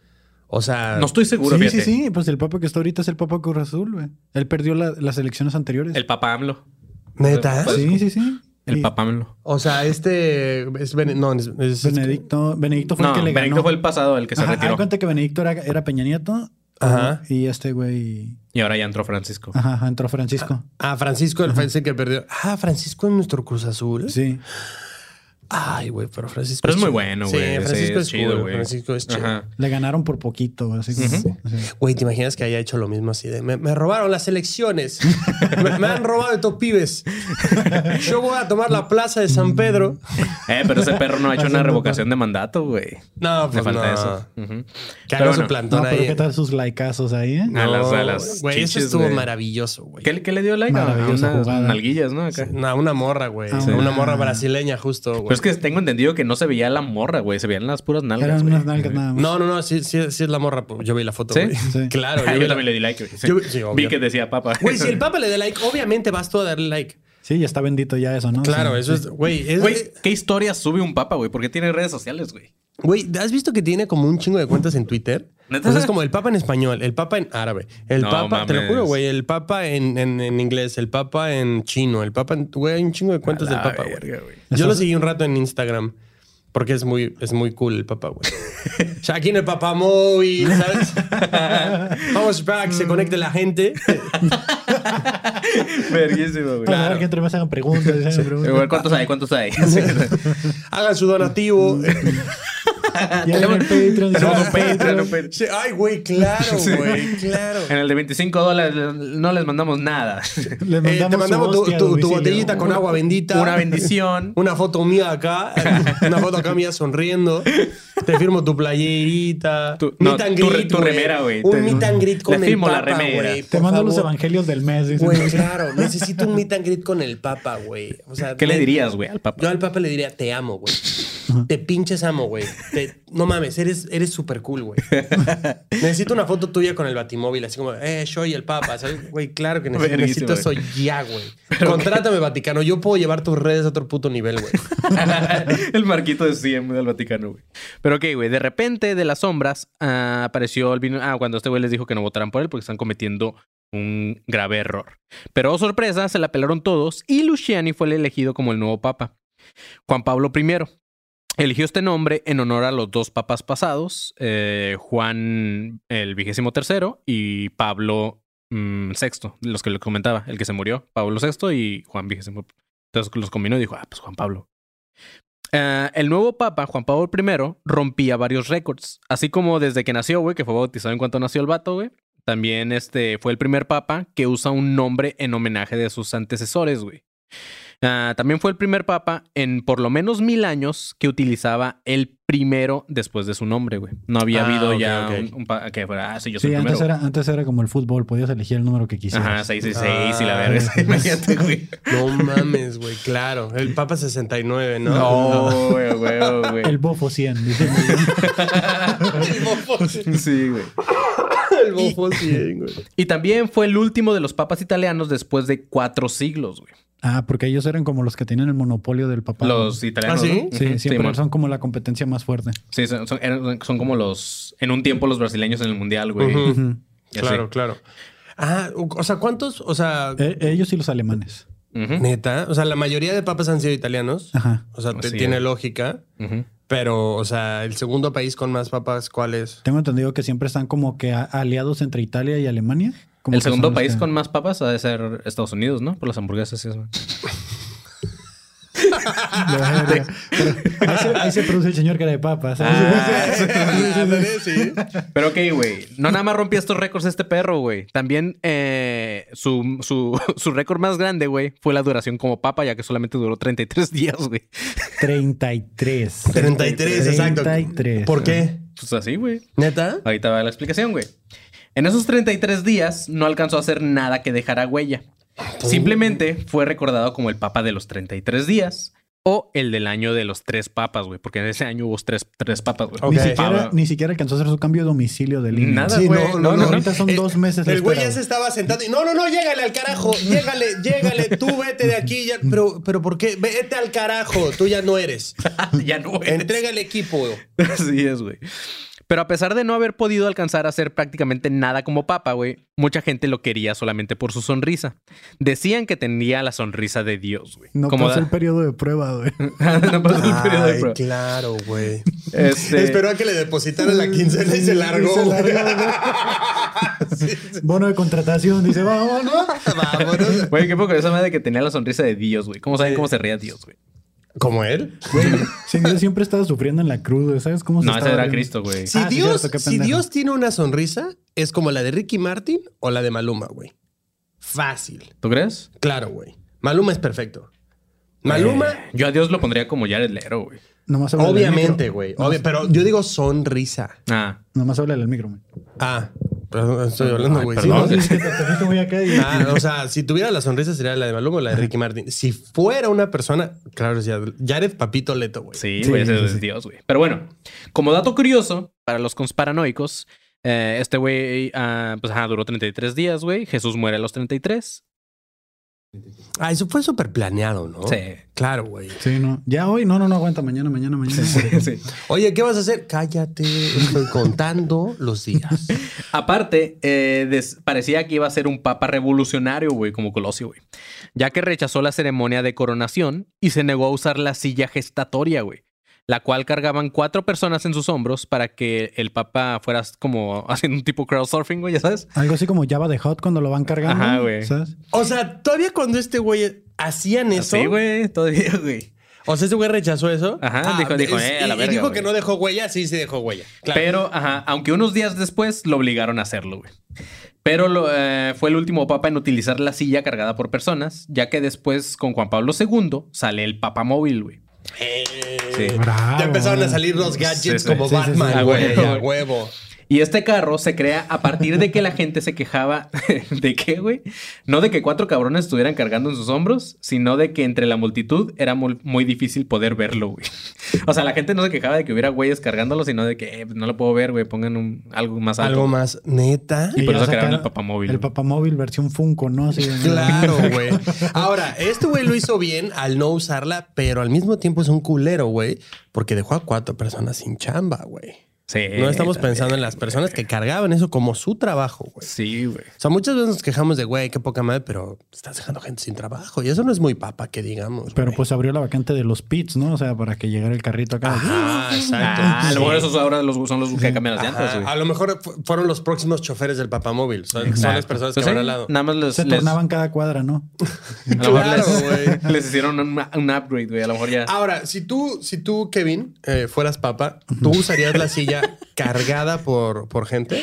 S3: O sea.
S1: No estoy seguro,
S4: Sí, sí,
S1: fíjate.
S4: sí. Pues el papa que está ahorita es el papa Cruz Azul, güey. Él perdió la- las elecciones anteriores.
S1: El papá AMLO.
S3: Neta.
S1: Pues,
S4: Sí, sí, sí.
S1: El
S4: Y
S1: papá AMLO.
S3: O sea, este. Es Bene- no, es, es-
S4: Benedicto, Benedicto fue
S1: No,
S4: el que le
S1: Benedicto
S4: ganó.
S1: fue el pasado, el que se
S4: Ajá,
S1: retiró.
S4: haz cuenta que Benedicto era, era Peña Nieto.
S3: Ajá.
S4: Y este güey.
S1: Y ahora ya entró Francisco.
S4: Ajá, ajá, entró Francisco.
S3: Ah, Francisco, el fan que perdió. Ah, Francisco es nuestro Cruz Azul.
S4: Sí.
S3: Ay, güey, pero Francisco.
S1: Pero es muy
S3: chido.
S1: bueno, güey.
S3: Sí, Francisco es,
S1: chido,
S3: cool,
S1: güey.
S3: Francisco es chido.
S1: Ajá.
S4: Le ganaron por poquito, güey, así.
S1: Ujú.
S4: así.
S3: Güey, ¿te imaginas que haya hecho lo mismo así de me, me robaron las elecciones? me, me han robado estos pibes. Yo voy a tomar la plaza de San Pedro.
S1: Eh, pero ese perro no ha hecho una
S4: Haciendo
S1: revocación de mandato, güey.
S3: No,
S1: Le
S3: pues
S1: falta
S3: no.
S1: eso. Ujú.
S3: Que
S1: Pero
S3: haga su
S1: bueno.
S3: plantón
S4: No, pero
S3: ahí.
S4: ¿qué tal sus laicazos ahí, eh?
S3: No,
S1: A las- a las
S3: Güey, eso
S1: chichis,
S3: estuvo
S1: güey.
S3: maravilloso, güey.
S1: ¿Qué, qué le dio like? A
S4: Maravillosa
S1: unas
S4: jugada.
S1: nalguillas, ¿no? Acá.
S3: No, una morra, güey.
S4: Sí.
S3: Una morra brasileña, justo, güey.
S1: Pero es que tengo entendido que no se veía la morra, güey. Se veían las puras nalgas.
S4: Eran
S1: güey.
S4: unas nalgas nada más.
S3: No, no, no, sí, sí, sí es la morra. pues, Yo vi la foto,
S1: ¿Sí?
S3: güey.
S4: Sí.
S3: Claro,
S1: Ah,
S3: vi
S1: yo
S3: la-
S1: también le di like, güey. Sí.
S3: Yo- sí, obvio.
S1: Vi que decía papa.
S3: Güey, si el papa le da like, obviamente vas tú a darle like.
S4: Sí, ya está bendito ya eso, ¿no?
S3: Claro,
S4: Ah, Sí,
S3: eso
S4: sí.
S3: es. Güey, es.
S1: Güey, ¿qué historia sube un papa, güey? ¿Por qué tiene redes sociales, güey?
S3: Güey, ¿has visto que tiene como un chingo de cuentas en Twitter?
S1: ¿Neta?
S3: Entonces, como el Papa en español, el Papa en árabe, el
S1: No
S3: Papa, te lo
S1: mames.
S3: juro, güey, el Papa en, en- en inglés, el Papa en chino, el Papa en. Güey, hay un chingo de cuentas del
S1: la
S3: Papa, güey.
S1: verga, güey.
S3: Yo lo
S4: Estás-
S3: seguí un rato en Instagram. Porque es muy, es muy cool el papá, güey. O sea, aquí en el papá móvil, ¿sabes? Vamos para que se conecte la gente.
S1: Verguísimo, güey.
S4: Para que entre más hagan preguntas. hagan preguntas.
S1: Igual, ¿cuántos hay? ¿Cuántos hay?
S3: Hagan su donativo.
S4: Ya en el Patreon,
S1: Ah, Tenemos
S4: ya
S1: un
S4: en
S1: Patreon,
S4: el
S1: un
S4: Patreon.
S1: Patreon.
S3: Sí, Ay, güey, claro, güey, claro.
S1: En el de 25 dólares no les mandamos nada.
S4: Le
S3: Eh, te mandamos tu,
S4: su hostia a
S3: tu- tu
S4: domicilio.
S3: botellita con agua bendita.
S1: Una bendición.
S3: Una foto mía acá, una foto acá mía sonriendo. Te firmo tu playerita.
S1: Tu-
S3: meet
S1: no,
S3: and
S1: tu re-
S3: greet,
S1: tu
S3: güey.
S1: remera, güey. Te-
S3: Un meet and greet con
S1: Le
S3: el
S1: firmo la
S3: Papa,
S1: remera.
S3: güey.
S4: Te
S3: por
S4: mando los
S3: favor.
S4: evangelios del mes. dicen.
S3: Güey, claro. Necesito un meet and greet con el Papa, güey. O sea,
S1: ¿Qué le
S3: me-
S1: dirías, güey, al papa?
S3: Yo al Papa le diría, te amo, güey. Te pinches amo, güey. Te- No mames, eres eres súper cool, güey. Necesito una foto tuya con el batimóvil, así como, eh, yo y el papa. ¿sabes? Güey, claro que necesito,
S5: Verguísima,
S3: necesito eso ya, güey. Contrátame, Vaticano. Yo puedo llevar tus redes a otro puto nivel, güey.
S5: el marquito de 100 del Vaticano, güey.
S1: Pero ok, güey, de repente de las sombras ah, apareció Albino. Ah, cuando este güey les dijo que no votaran por él porque están cometiendo un grave error. Pero oh, sorpresa, se la pelaron todos y Luciani fue el elegido como el nuevo papa. Juan Pablo I eligió este nombre en honor a los dos papas pasados, eh, Juan el vigésimo tercero y Pablo mm, VI, los que les comentaba, el que se murió, Pablo VI y Juan vigésimo. Entonces los combinó y dijo, ah, pues Juan Pablo. Eh, el nuevo papa, Juan Pablo I, rompía varios récords. Así como desde que nació, güey, que fue bautizado en cuanto nació el vato, güey. También este, fue el primer papa que usa un nombre en homenaje de sus antecesores, güey. Ah, también fue el primer papa en por lo menos mil años que utilizaba el primero después de su nombre, güey. No había
S3: Ah,
S1: habido
S3: ok,
S1: ya
S3: ok.
S1: un, un pa- que fuera, ah, sí, yo soy
S4: Sí,
S1: el primero.
S4: antes era, antes era como el fútbol, podías elegir el número que quisieras.
S1: Ajá, 666 y la
S3: Ah,
S1: verga.
S3: sí.
S5: Imagínate, güey.
S3: No mames, güey, claro. El Papa 69, ¿no?
S5: No, güey, güey, güey.
S4: El bofo 100. dice.
S3: El bofo,
S5: Sí, güey.
S3: el bofo 100, güey.
S1: Y también fue el último de los papas italianos después de cuatro siglos, güey.
S4: ah, porque ellos eran como los que tenían el monopolio del papá.
S1: Los
S4: sí.
S1: italianos.
S3: ¿Ah, sí?
S1: ¿no? Ujú,
S4: siempre
S1: mon.
S4: son como la competencia más fuerte.
S1: Sí, son, son- eran- son como los. En un tiempo los brasileños en el mundial, güey.
S3: Ujú.
S4: Ujú.
S1: Ya
S3: Claro, claro. Ah, o o sea, ¿cuántos? O sea,
S4: E- ellos y los alemanes.
S1: Ujú,
S3: neta. O sea, la mayoría de papas han sido italianos.
S4: Ajá.
S3: O sea, te-
S1: Así
S3: tiene
S1: es.
S3: lógica.
S1: ujú.
S3: Pero, o sea, el segundo país con más papas, ¿cuál es?
S4: Tengo entendido que siempre están como que a- aliados entre Italia y Alemania. Como
S1: El
S4: que son
S1: segundo
S4: los
S1: país
S4: que-
S1: con más papas ha de ser Estados Unidos, ¿no? Por las hamburguesas y eso.
S4: Pero ahí, se, ahí se produce el señor que era de papas.
S1: Ah.
S3: sí.
S1: Pero ok, güey. No nada más rompía estos récords este perro, güey. También eh, su, su, su récord más grande, güey, fue la duración como papa, ya que solamente duró 33 días, güey.
S4: 33.
S3: 33, exacto.
S4: 33.
S3: ¿Por qué?
S1: Pues así, güey.
S3: ¿Neta?
S1: Ahorita va la explicación, güey. En esos 33 días no alcanzó a hacer nada que dejara huella.
S3: Ah,
S1: Simplemente fue recordado como el Papa de los 33 días o el del año de los tres papas, güey, porque en ese año hubo tres, tres papas, güey.
S3: Ok.
S4: Ni, siquiera,
S1: Pablo.
S4: ni siquiera alcanzó a hacer su cambio de domicilio de línea.
S1: Nada, güey.
S4: no, no, ahorita son dos meses de
S3: Eh, El güey
S4: espera,
S3: ya se
S4: güey.
S3: estaba sentando y no, no, no, llégale al carajo, llégale, llégale, tú vete de aquí. Ya, pero, pero, ¿por qué? Vete al carajo, tú ya no eres.
S1: Ah, ya no, güey.
S3: Entrega el equipo. güey.
S1: Así es, güey. Pero a pesar de no haber podido alcanzar a hacer prácticamente nada como papa, güey, mucha gente lo quería solamente por su sonrisa. Decían que tenía la sonrisa de Dios, güey.
S4: No
S1: Como
S4: pasó
S1: da-
S4: el periodo de prueba, güey.
S1: no pasó el periodo de
S3: Ay,
S1: prueba.
S3: claro, güey.
S1: Este-
S3: Esperó a que le depositaran la quincena y se largó.
S4: Se
S3: güey.
S4: Bono de contratación, dice, vamos, ¿no?
S3: Vámonos.
S1: Güey, qué poco esa madre que tenía la sonrisa de Dios, güey. ¿Cómo saben cómo se ría Dios, güey?
S3: ¿Como él?
S4: Ah, Sí, Dios siempre estaba sufriendo en la cruz, güey. ¿sabes cómo se
S1: No, ese
S4: estaba
S1: era
S4: viendo?
S1: Cristo, güey.
S3: Si,
S4: Ah, sí,
S3: Dios,
S4: cierto, qué
S3: si
S4: pendejo.
S3: Dios tiene una sonrisa, es como la de Ricky Martin o la de Maluma, güey. Fácil.
S1: ¿Tú crees?
S3: Claro, güey. Maluma es perfecto. Maluma,
S1: Eh, yo a Dios lo pondría como Jared Lero, güey.
S4: Nomás háblale al
S3: obviamente,
S4: micro.
S3: güey.
S4: Nomás-
S3: obvia- pero yo digo sonrisa.
S1: Ah.
S4: Nomás háblale al micro, güey.
S3: Ah, perdón, estoy hablando,
S1: Ay,
S3: güey. Sí,
S1: Ah, perdón.
S3: ¿no?
S4: Sí, es que te- te fuiste muy acá y-
S3: Ah, o sea, si tuviera la sonrisa sería la de Maluma o la de Ricky Martin. Si fuera una persona, claro, es Jared, Jared Papito Leto, güey.
S1: Sí,
S4: Sí,
S1: güey, ese
S4: sí,
S1: es
S4: sí.
S1: Dios, güey. Pero bueno, como dato curioso para los consparanoicos, eh, este güey, ah, pues ajá, duró 33 días, güey. Jesús muere a los 33.
S3: Ah, eso fue súper planeado,
S4: Oh.
S3: ¿no?
S1: Sí.
S3: Claro, güey.
S4: Sí, no. Ya hoy, no, no, no, aguanta. Mañana, mañana, mañana.
S1: sí.
S3: Oye, ¿qué vas a hacer? Cállate, estoy contando los días.
S1: Aparte, eh, des- parecía que iba a ser un papa revolucionario, güey, como Colosio, güey. Ya que rechazó la ceremonia de coronación y se negó a usar la silla gestatoria, güey. La cual cargaban cuatro personas en sus hombros para que el papa fuera como haciendo un tipo crowdsurfing, güey, ya sabes.
S4: Algo así como Java de Hot cuando lo van cargando.
S1: Ajá, güey.
S4: ¿sabes?
S3: O sea, todavía cuando este güey hacían eso.
S1: Ah, Sí, güey, todavía, güey.
S3: O sea, este güey rechazó eso. Ah,
S1: Ajá, dijo- dijo, eh, a la
S3: y- y
S1: verga,
S3: dijo
S1: güey.
S3: que no dejó huella, sí, sí dejó huella. Claro.
S1: Pero, ajá, aunque unos días después lo obligaron a hacerlo, güey. Pero lo, eh, fue el último papa en utilizar la silla cargada por personas, ya que después con Juan Pablo II sale el papa móvil, güey.
S3: Eh,
S1: Sí.
S4: Bravo.
S3: ya empezaron a salir los
S1: Sí,
S3: gadgets
S1: sí,
S3: como
S4: sí, sí, sí,
S3: Batman,
S4: sí.
S3: güey,
S1: A huevo.
S3: a huevo.
S1: Y este carro se crea a partir de que la gente se quejaba de qué, güey. No de que cuatro cabrones estuvieran cargando en sus hombros, sino de que entre la multitud era mul- muy difícil poder verlo, güey. O sea, la gente no se quejaba de que hubiera güeyes cargándolo, sino de que eh, no lo puedo ver, güey. Pongan un, algo más alto.
S3: Algo más. Neta.
S1: Y por
S4: ya
S1: eso crearon
S4: sacaron
S1: el papamóvil.
S4: El papamóvil versión Funko, ¿no? Así,
S3: Claro, güey. Ahora, este güey lo hizo bien al no usarla, pero al mismo tiempo es un culero, güey, porque dejó a cuatro personas sin chamba, güey.
S1: Sí,
S3: No estamos
S1: Eh, también.
S3: pensando en las personas que cargaban eso como su trabajo, güey.
S1: Sí, güey.
S3: O sea, muchas veces nos quejamos de, güey, qué poca madre, pero estás dejando gente sin trabajo. Y eso no es muy papa que digamos.
S4: Pero
S3: güey.
S4: pues abrió la vacante de los pits, ¿no? O sea, para que llegara el carrito acá.
S3: Ah, exacto.
S1: Ah, a
S3: Sí.
S1: lo mejor esos ahora los, son los que cambian las llantas,
S3: Ajá.
S1: güey.
S3: A lo mejor fu- fueron los próximos choferes del papamóvil. Son, son las
S1: Exacto.
S3: personas que
S1: Pues sí,
S3: van al lado.
S1: Nada más les,
S4: Se
S1: les-
S4: tornaban cada cuadra, ¿no?
S1: a lo mejor
S3: Claro,
S1: les-
S3: güey.
S1: les hicieron un, un upgrade, güey. A lo mejor ya.
S4: Ah.
S3: Ahora, si tú, si tú, Kevin, eh, fueras papa, ¿tú usarías la silla cargada por, por gente?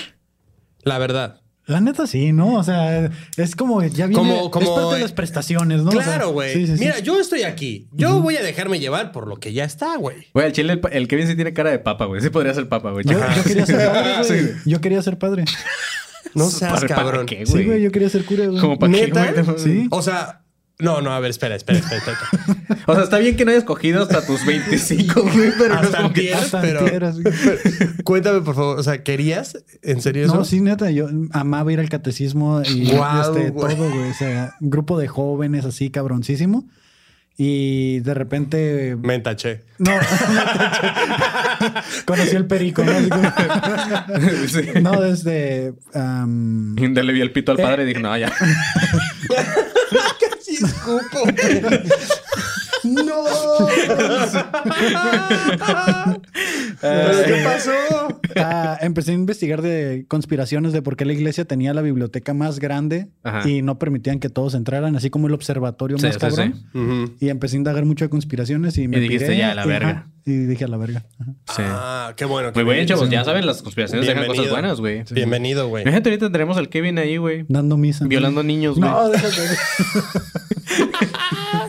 S3: La verdad.
S4: La neta sí, ¿no? O sea, es como ya viene...
S3: Como- como-
S4: es parte de las prestaciones, ¿no? O sea,
S3: claro, güey.
S4: sí, sí, sí.
S3: Mira, yo estoy aquí. Yo voy a dejarme llevar por lo que ya está, güey.
S1: Güey, el chile, el, pa- el Kevin sí tiene cara de papa, güey. Sí podría ser papa, güey.
S4: Yo,
S1: Ajá.
S4: yo quería ser padre, güey.
S1: Sí.
S4: Yo quería ser padre.
S3: No seas
S1: ¿Para- para
S3: cabrón.
S1: qué,
S4: Sí, güey, yo quería ser cura, güey.
S1: Como para qué,
S3: ¿Neta? Oh,
S1: güey.
S4: Sí.
S3: O sea, no, no, a ver, espera, espera, espera. espera.
S1: O sea, está bien que no hayas cogido hasta tus 25, güey, pero no es
S3: Hasta
S1: como que...
S3: antier,
S4: hasta
S3: pero-
S4: antier, así.
S3: pero- Cuéntame, por favor. O sea, ¿querías en serio eso?
S4: No, sí, neta, yo amaba ir al catecismo y
S3: Guau,
S4: este,
S3: güey.
S4: todo, güey. O sea, grupo de jóvenes así, cabroncísimo. Y de repente.
S3: Me entaché.
S4: No, conocí el perico. ¿no? Así como-
S1: Sí.
S4: No, desde. am,
S1: Y un día le vi el pito al padre y dije, no, ya.
S3: Casi escupo. güey. no. ¿Pero qué pasó?
S4: ah, empecé a investigar de conspiraciones de por qué la iglesia tenía la biblioteca más grande
S1: Ajá.
S4: y no permitían que todos entraran, así como el observatorio
S1: Sí,
S4: más
S1: sí,
S4: cabrón.
S1: sí.
S4: Y empecé a indagar mucho de conspiraciones y me
S1: Y dijiste,
S4: piré,
S1: ya, a la
S4: y,
S1: verga.
S4: ajá, Y dije a la verga. ajá.
S1: Sí.
S3: Ah, qué bueno.
S1: Muy bien, chavos.
S4: Sí.
S1: Ya saben, las conspiraciones dejan cosas
S3: Bienvenido.
S1: buenas, güey.
S3: Bienvenido, güey.
S1: Imagínate, ahorita tendremos al Kevin ahí, güey.
S4: Dando misa.
S1: Violando niños, güey.
S4: No, déjate.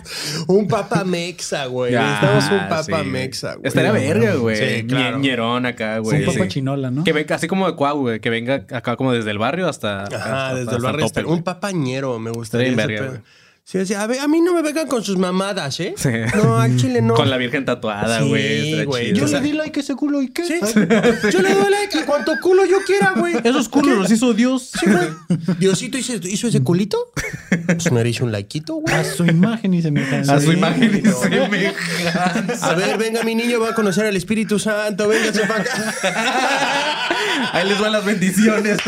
S3: Un papa mexa, güey.
S1: Ya,
S3: Necesitamos un papa
S1: sí.
S3: mexa, güey.
S1: Estaría verga, güey.
S3: Sí, claro.
S1: Ñerón acá, güey.
S4: un papa
S1: Sí.
S4: chinola, ¿no?
S1: Que venga, así como de Cuau, güey. Que venga acá como desde el barrio hasta...
S3: Ajá,
S1: hasta-
S3: desde
S1: hasta
S3: el barrio.
S1: tope,
S3: está-
S1: güey.
S3: un papañero me gustaría.
S1: Estaría
S3: ese
S1: en verga,
S3: pedo. Sí, sí, a, ver, a mí no me vengan con sus mamadas, ¿eh?
S1: Sí.
S3: No, al chile no.
S1: Con la virgen tatuada,
S3: Sí,
S1: güey. estaría
S3: güey.
S1: chido.
S3: Yo
S1: O sea,
S3: le
S4: di like a ese culo y qué.
S3: Sí. Yo le doy like a cuanto culo yo quiera, güey.
S1: Esos culos los hizo Dios.
S3: Sí, güey. Diosito hizo, hizo ese culito. Pues me hizo un likeito, güey.
S4: A su imagen y se me
S1: A su
S4: Sí.
S1: imagen y
S3: no.
S1: semejanza.
S3: A ver, venga, mi niño va a conocer al Espíritu Santo. Véngase para acá.
S1: Ahí les van las bendiciones.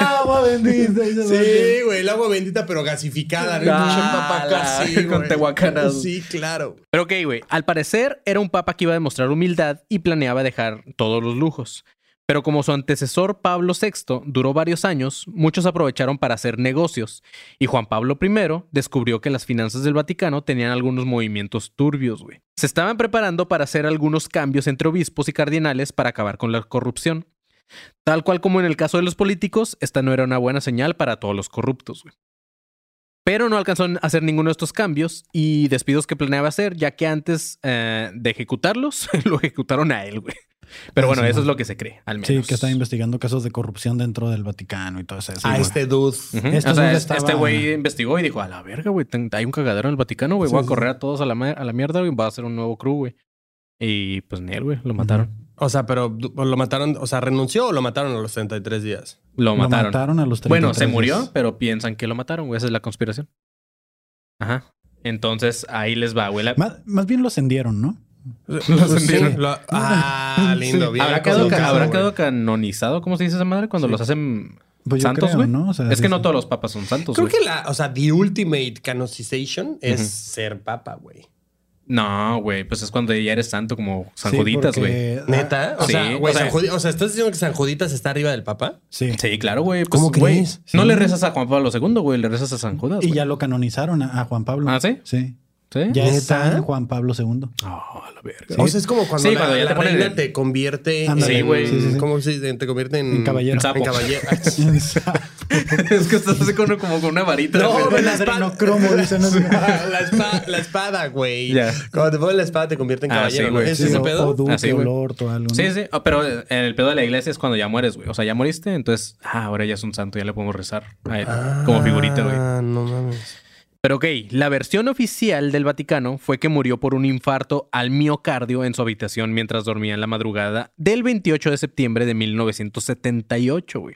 S4: Ah, Agua bendita. y se me-
S3: Sí, güey, el agua bendita, pero gasificada. ¿no?
S1: Ah,
S3: Pinche papa acá,
S1: la-
S3: sí,
S1: con
S3: güey.
S1: tehuacanas.
S3: Sí, claro.
S1: Pero ok, güey. Al parecer era un papa que iba a demostrar humildad y planeaba dejar todos los lujos. Pero como su antecesor Pablo VI duró varios años, muchos aprovecharon para hacer negocios. Y Juan Pablo I descubrió que las finanzas del Vaticano tenían algunos movimientos turbios, güey. Se estaban preparando para hacer algunos cambios entre obispos y cardinales para acabar con la corrupción. Tal cual como en el caso de los políticos, esta no era una buena señal para todos los corruptos, güey. Pero no alcanzó a hacer ninguno de estos cambios y despidos que planeaba hacer, ya que antes eh, de ejecutarlos, lo ejecutaron a él, güey. Pero bueno,
S4: Sí,
S1: eso
S4: man.
S1: es lo que se cree, al menos. Ah,
S4: Sí, que está investigando casos de corrupción dentro del Vaticano y todo eso.
S3: a
S4: güey.
S3: este dude.
S1: Ujú.
S4: Estos
S1: O sea,
S4: no le
S1: es-
S4: estaba-
S1: este güey investigó y dijo, a la verga, güey, ten- hay un cagadero en el Vaticano, güey,
S4: Sí,
S1: voy a
S4: sí.
S1: correr a todos a la, ma- a la mierda, güey, va a hacer un nuevo crew, güey. Y pues Nel, güey, lo mataron.
S3: O sea, pero du- lo mataron, o sea, renunció o lo mataron a los 33 días.
S1: Lo
S4: Lo mataron.
S1: mataron.
S4: a los 33
S1: Bueno, se murió,
S4: días.
S1: pero piensan que lo mataron, güey, esa es la conspiración. Ajá. Entonces, ahí les va, güey. la-
S4: Más, más bien lo ascendieron, ¿no?
S3: Lo
S1: ascendieron.
S3: ah, lindo,
S4: Sí.
S3: bien.
S1: ¿Habrá, quedado,
S3: colocado,
S1: habrá
S3: güey.
S1: quedado canonizado? ¿Cómo se dice esa madre? Cuando los hacen
S4: Pues yo
S1: santos,
S4: creo,
S1: güey.
S4: ¿no? O sea,
S1: es que
S4: sí,
S1: no
S4: sí.
S1: todos los papas son santos,
S3: Creo
S1: güey.
S3: que la, o sea, the ultimate canonization es
S1: Ujú.
S3: ser papa, güey.
S1: No, güey, pues es cuando ya eres santo como San
S4: Sí,
S1: Juditas, güey.
S4: porque- ah,
S3: Neta. Ah, O
S1: Sí,
S3: sea, güey,
S1: o sea-
S3: San Judi- o sea, ¿estás diciendo que San Juditas está arriba del papa?
S4: Sí.
S1: Sí, claro, güey. Pues,
S3: ¿Cómo
S1: güey,
S3: crees?
S1: No
S4: Sí.
S1: le rezas a Juan Pablo II, güey, le rezas a San Judas.
S4: Y
S1: güey.
S4: ya lo canonizaron a, a Juan Pablo.
S1: ¿Ah, sí?
S4: Sí.
S1: ¿Sí?
S4: Ya
S3: ¿Eh? ¿Neta?
S4: está Juan Pablo II.
S1: Ah, la verga.
S3: O sea, es como cuando
S1: Sí,
S3: la,
S1: cuando ya
S3: la
S1: te ponen
S3: reina
S1: el-
S3: te convierte
S4: Ándale,
S3: en...
S1: güey.
S4: Sí, sí, sí.
S3: ¿Cómo se dice? Te convierte en...
S4: En caballero.
S3: En
S1: Sapo.
S3: caballero.
S1: es que estás así con, como con una varita.
S3: no,
S1: güey.
S3: güey, la espada...
S4: Adrenocromo, dicen, ¿no?
S3: la, espada, la espada, güey.
S1: Ya.
S3: Cuando te ponen la espada te convierte en
S1: Ah,
S3: caballero.
S1: sí,
S3: ¿no?
S1: güey.
S3: ¿Es
S4: Sí,
S3: ese
S4: o,
S3: pedo?
S4: o duque,
S1: Ah, sí,
S4: o
S1: güey.
S4: lord o algo. ¿no?
S1: Sí, sí, ah, pero en el pedo de la iglesia es cuando ya mueres, güey. O sea, ya moriste, ah,
S4: Ah.
S1: entonces, ah, ahora ya es un santo, ya le podemos rezar a él como figurita, güey.
S3: Ah, no mames.
S1: Pero ok, la versión oficial del Vaticano fue que murió por un infarto al miocardio en su habitación mientras dormía en la madrugada del 28 de septiembre de 1978, güey.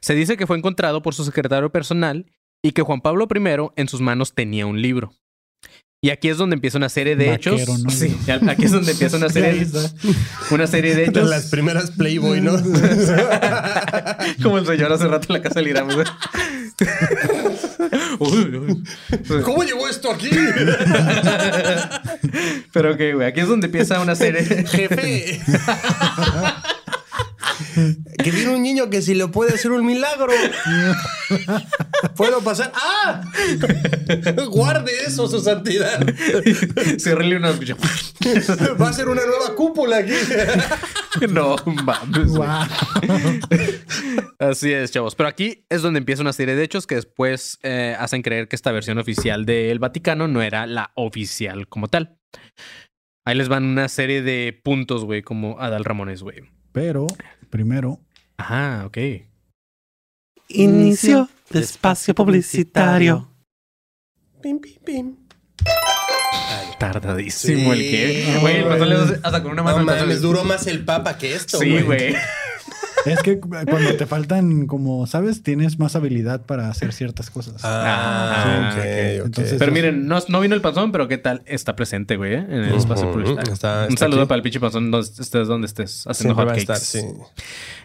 S1: Se dice que fue encontrado por su secretario personal y que Juan Pablo I en sus manos tenía un libro. Y aquí es donde empieza una serie de
S4: Vaquero,
S1: hechos.
S4: ¿no?
S1: Sí, aquí es donde empieza una serie, una serie de
S3: De
S1: hechos.
S3: las primeras Playboy, ¿no?
S5: Como el señor hace rato en la casa del Irán, güey. Uy, uy.
S3: ¿Cómo llegó esto aquí?
S5: Pero ok, güey, aquí es donde empieza una serie.
S3: Jefe. que viene un niño que si le puede hacer un milagro. Puedo pasar. ¡Ah! Guarde eso, su santidad.
S5: Cierrele una.
S3: Va a ser una nueva cúpula aquí.
S5: No, mames. güey.
S1: Así es, chavos. Pero aquí es donde empieza una serie de hechos que después eh, hacen creer que esta versión oficial del Vaticano no era la oficial como tal. Ahí les van una serie de puntos, güey, como Adal Ramones, güey.
S4: Pero primero,
S1: Ajá, ok.
S6: Inicio de espacio publicitario.
S3: Pim, pim, pim.
S1: Tardadísimo
S3: Sí,
S1: el que. Güey, el pastel
S3: güey.
S5: es hasta con una
S3: No
S5: más del pastel.
S3: mames, duró más el papa que esto.
S5: Sí, güey.
S4: es que cuando te faltan, como sabes, tienes más habilidad para hacer ciertas cosas.
S3: Ah,
S1: Ah,
S3: ok,
S4: ok.
S3: ok.
S4: Entonces-
S1: Pero miren, no, no vino el panzón, pero qué tal está presente, güey, eh, en el espacio
S3: Ujú,
S1: publicitario.
S3: está-
S1: Un
S3: Ah, está
S1: saludo
S3: aquí.
S1: para el pinche panzón, donde estés, donde estés, haciendo
S3: Siempre va a
S1: hotcakes.
S3: estar, sí.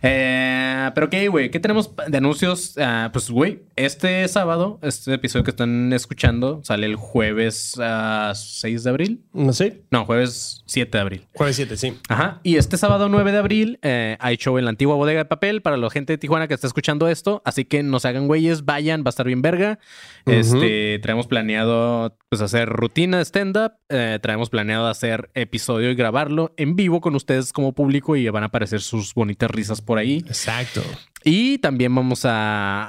S1: Eh, pero qué, güey, ¿qué tenemos pa- de anuncios? Ah, pues, güey, este sábado, este episodio que están escuchando sale el jueves ah, 6 de abril.
S3: No sé.
S1: No, jueves 7 de abril.
S3: Jueves 7, sí.
S1: Ajá. Y este sábado 9 de abril eh, hay show en la antigua bodega de papel para la gente de Tijuana que está escuchando esto. Así que no se hagan güeyes, vayan, va a estar bien verga. Este, traemos planeado pues hacer rutina de stand-up. eh, traemos planeado hacer episodio y grabarlo en vivo con ustedes como público y van a aparecer sus bonitas risas por ahí.
S3: Exacto.
S1: Y también vamos a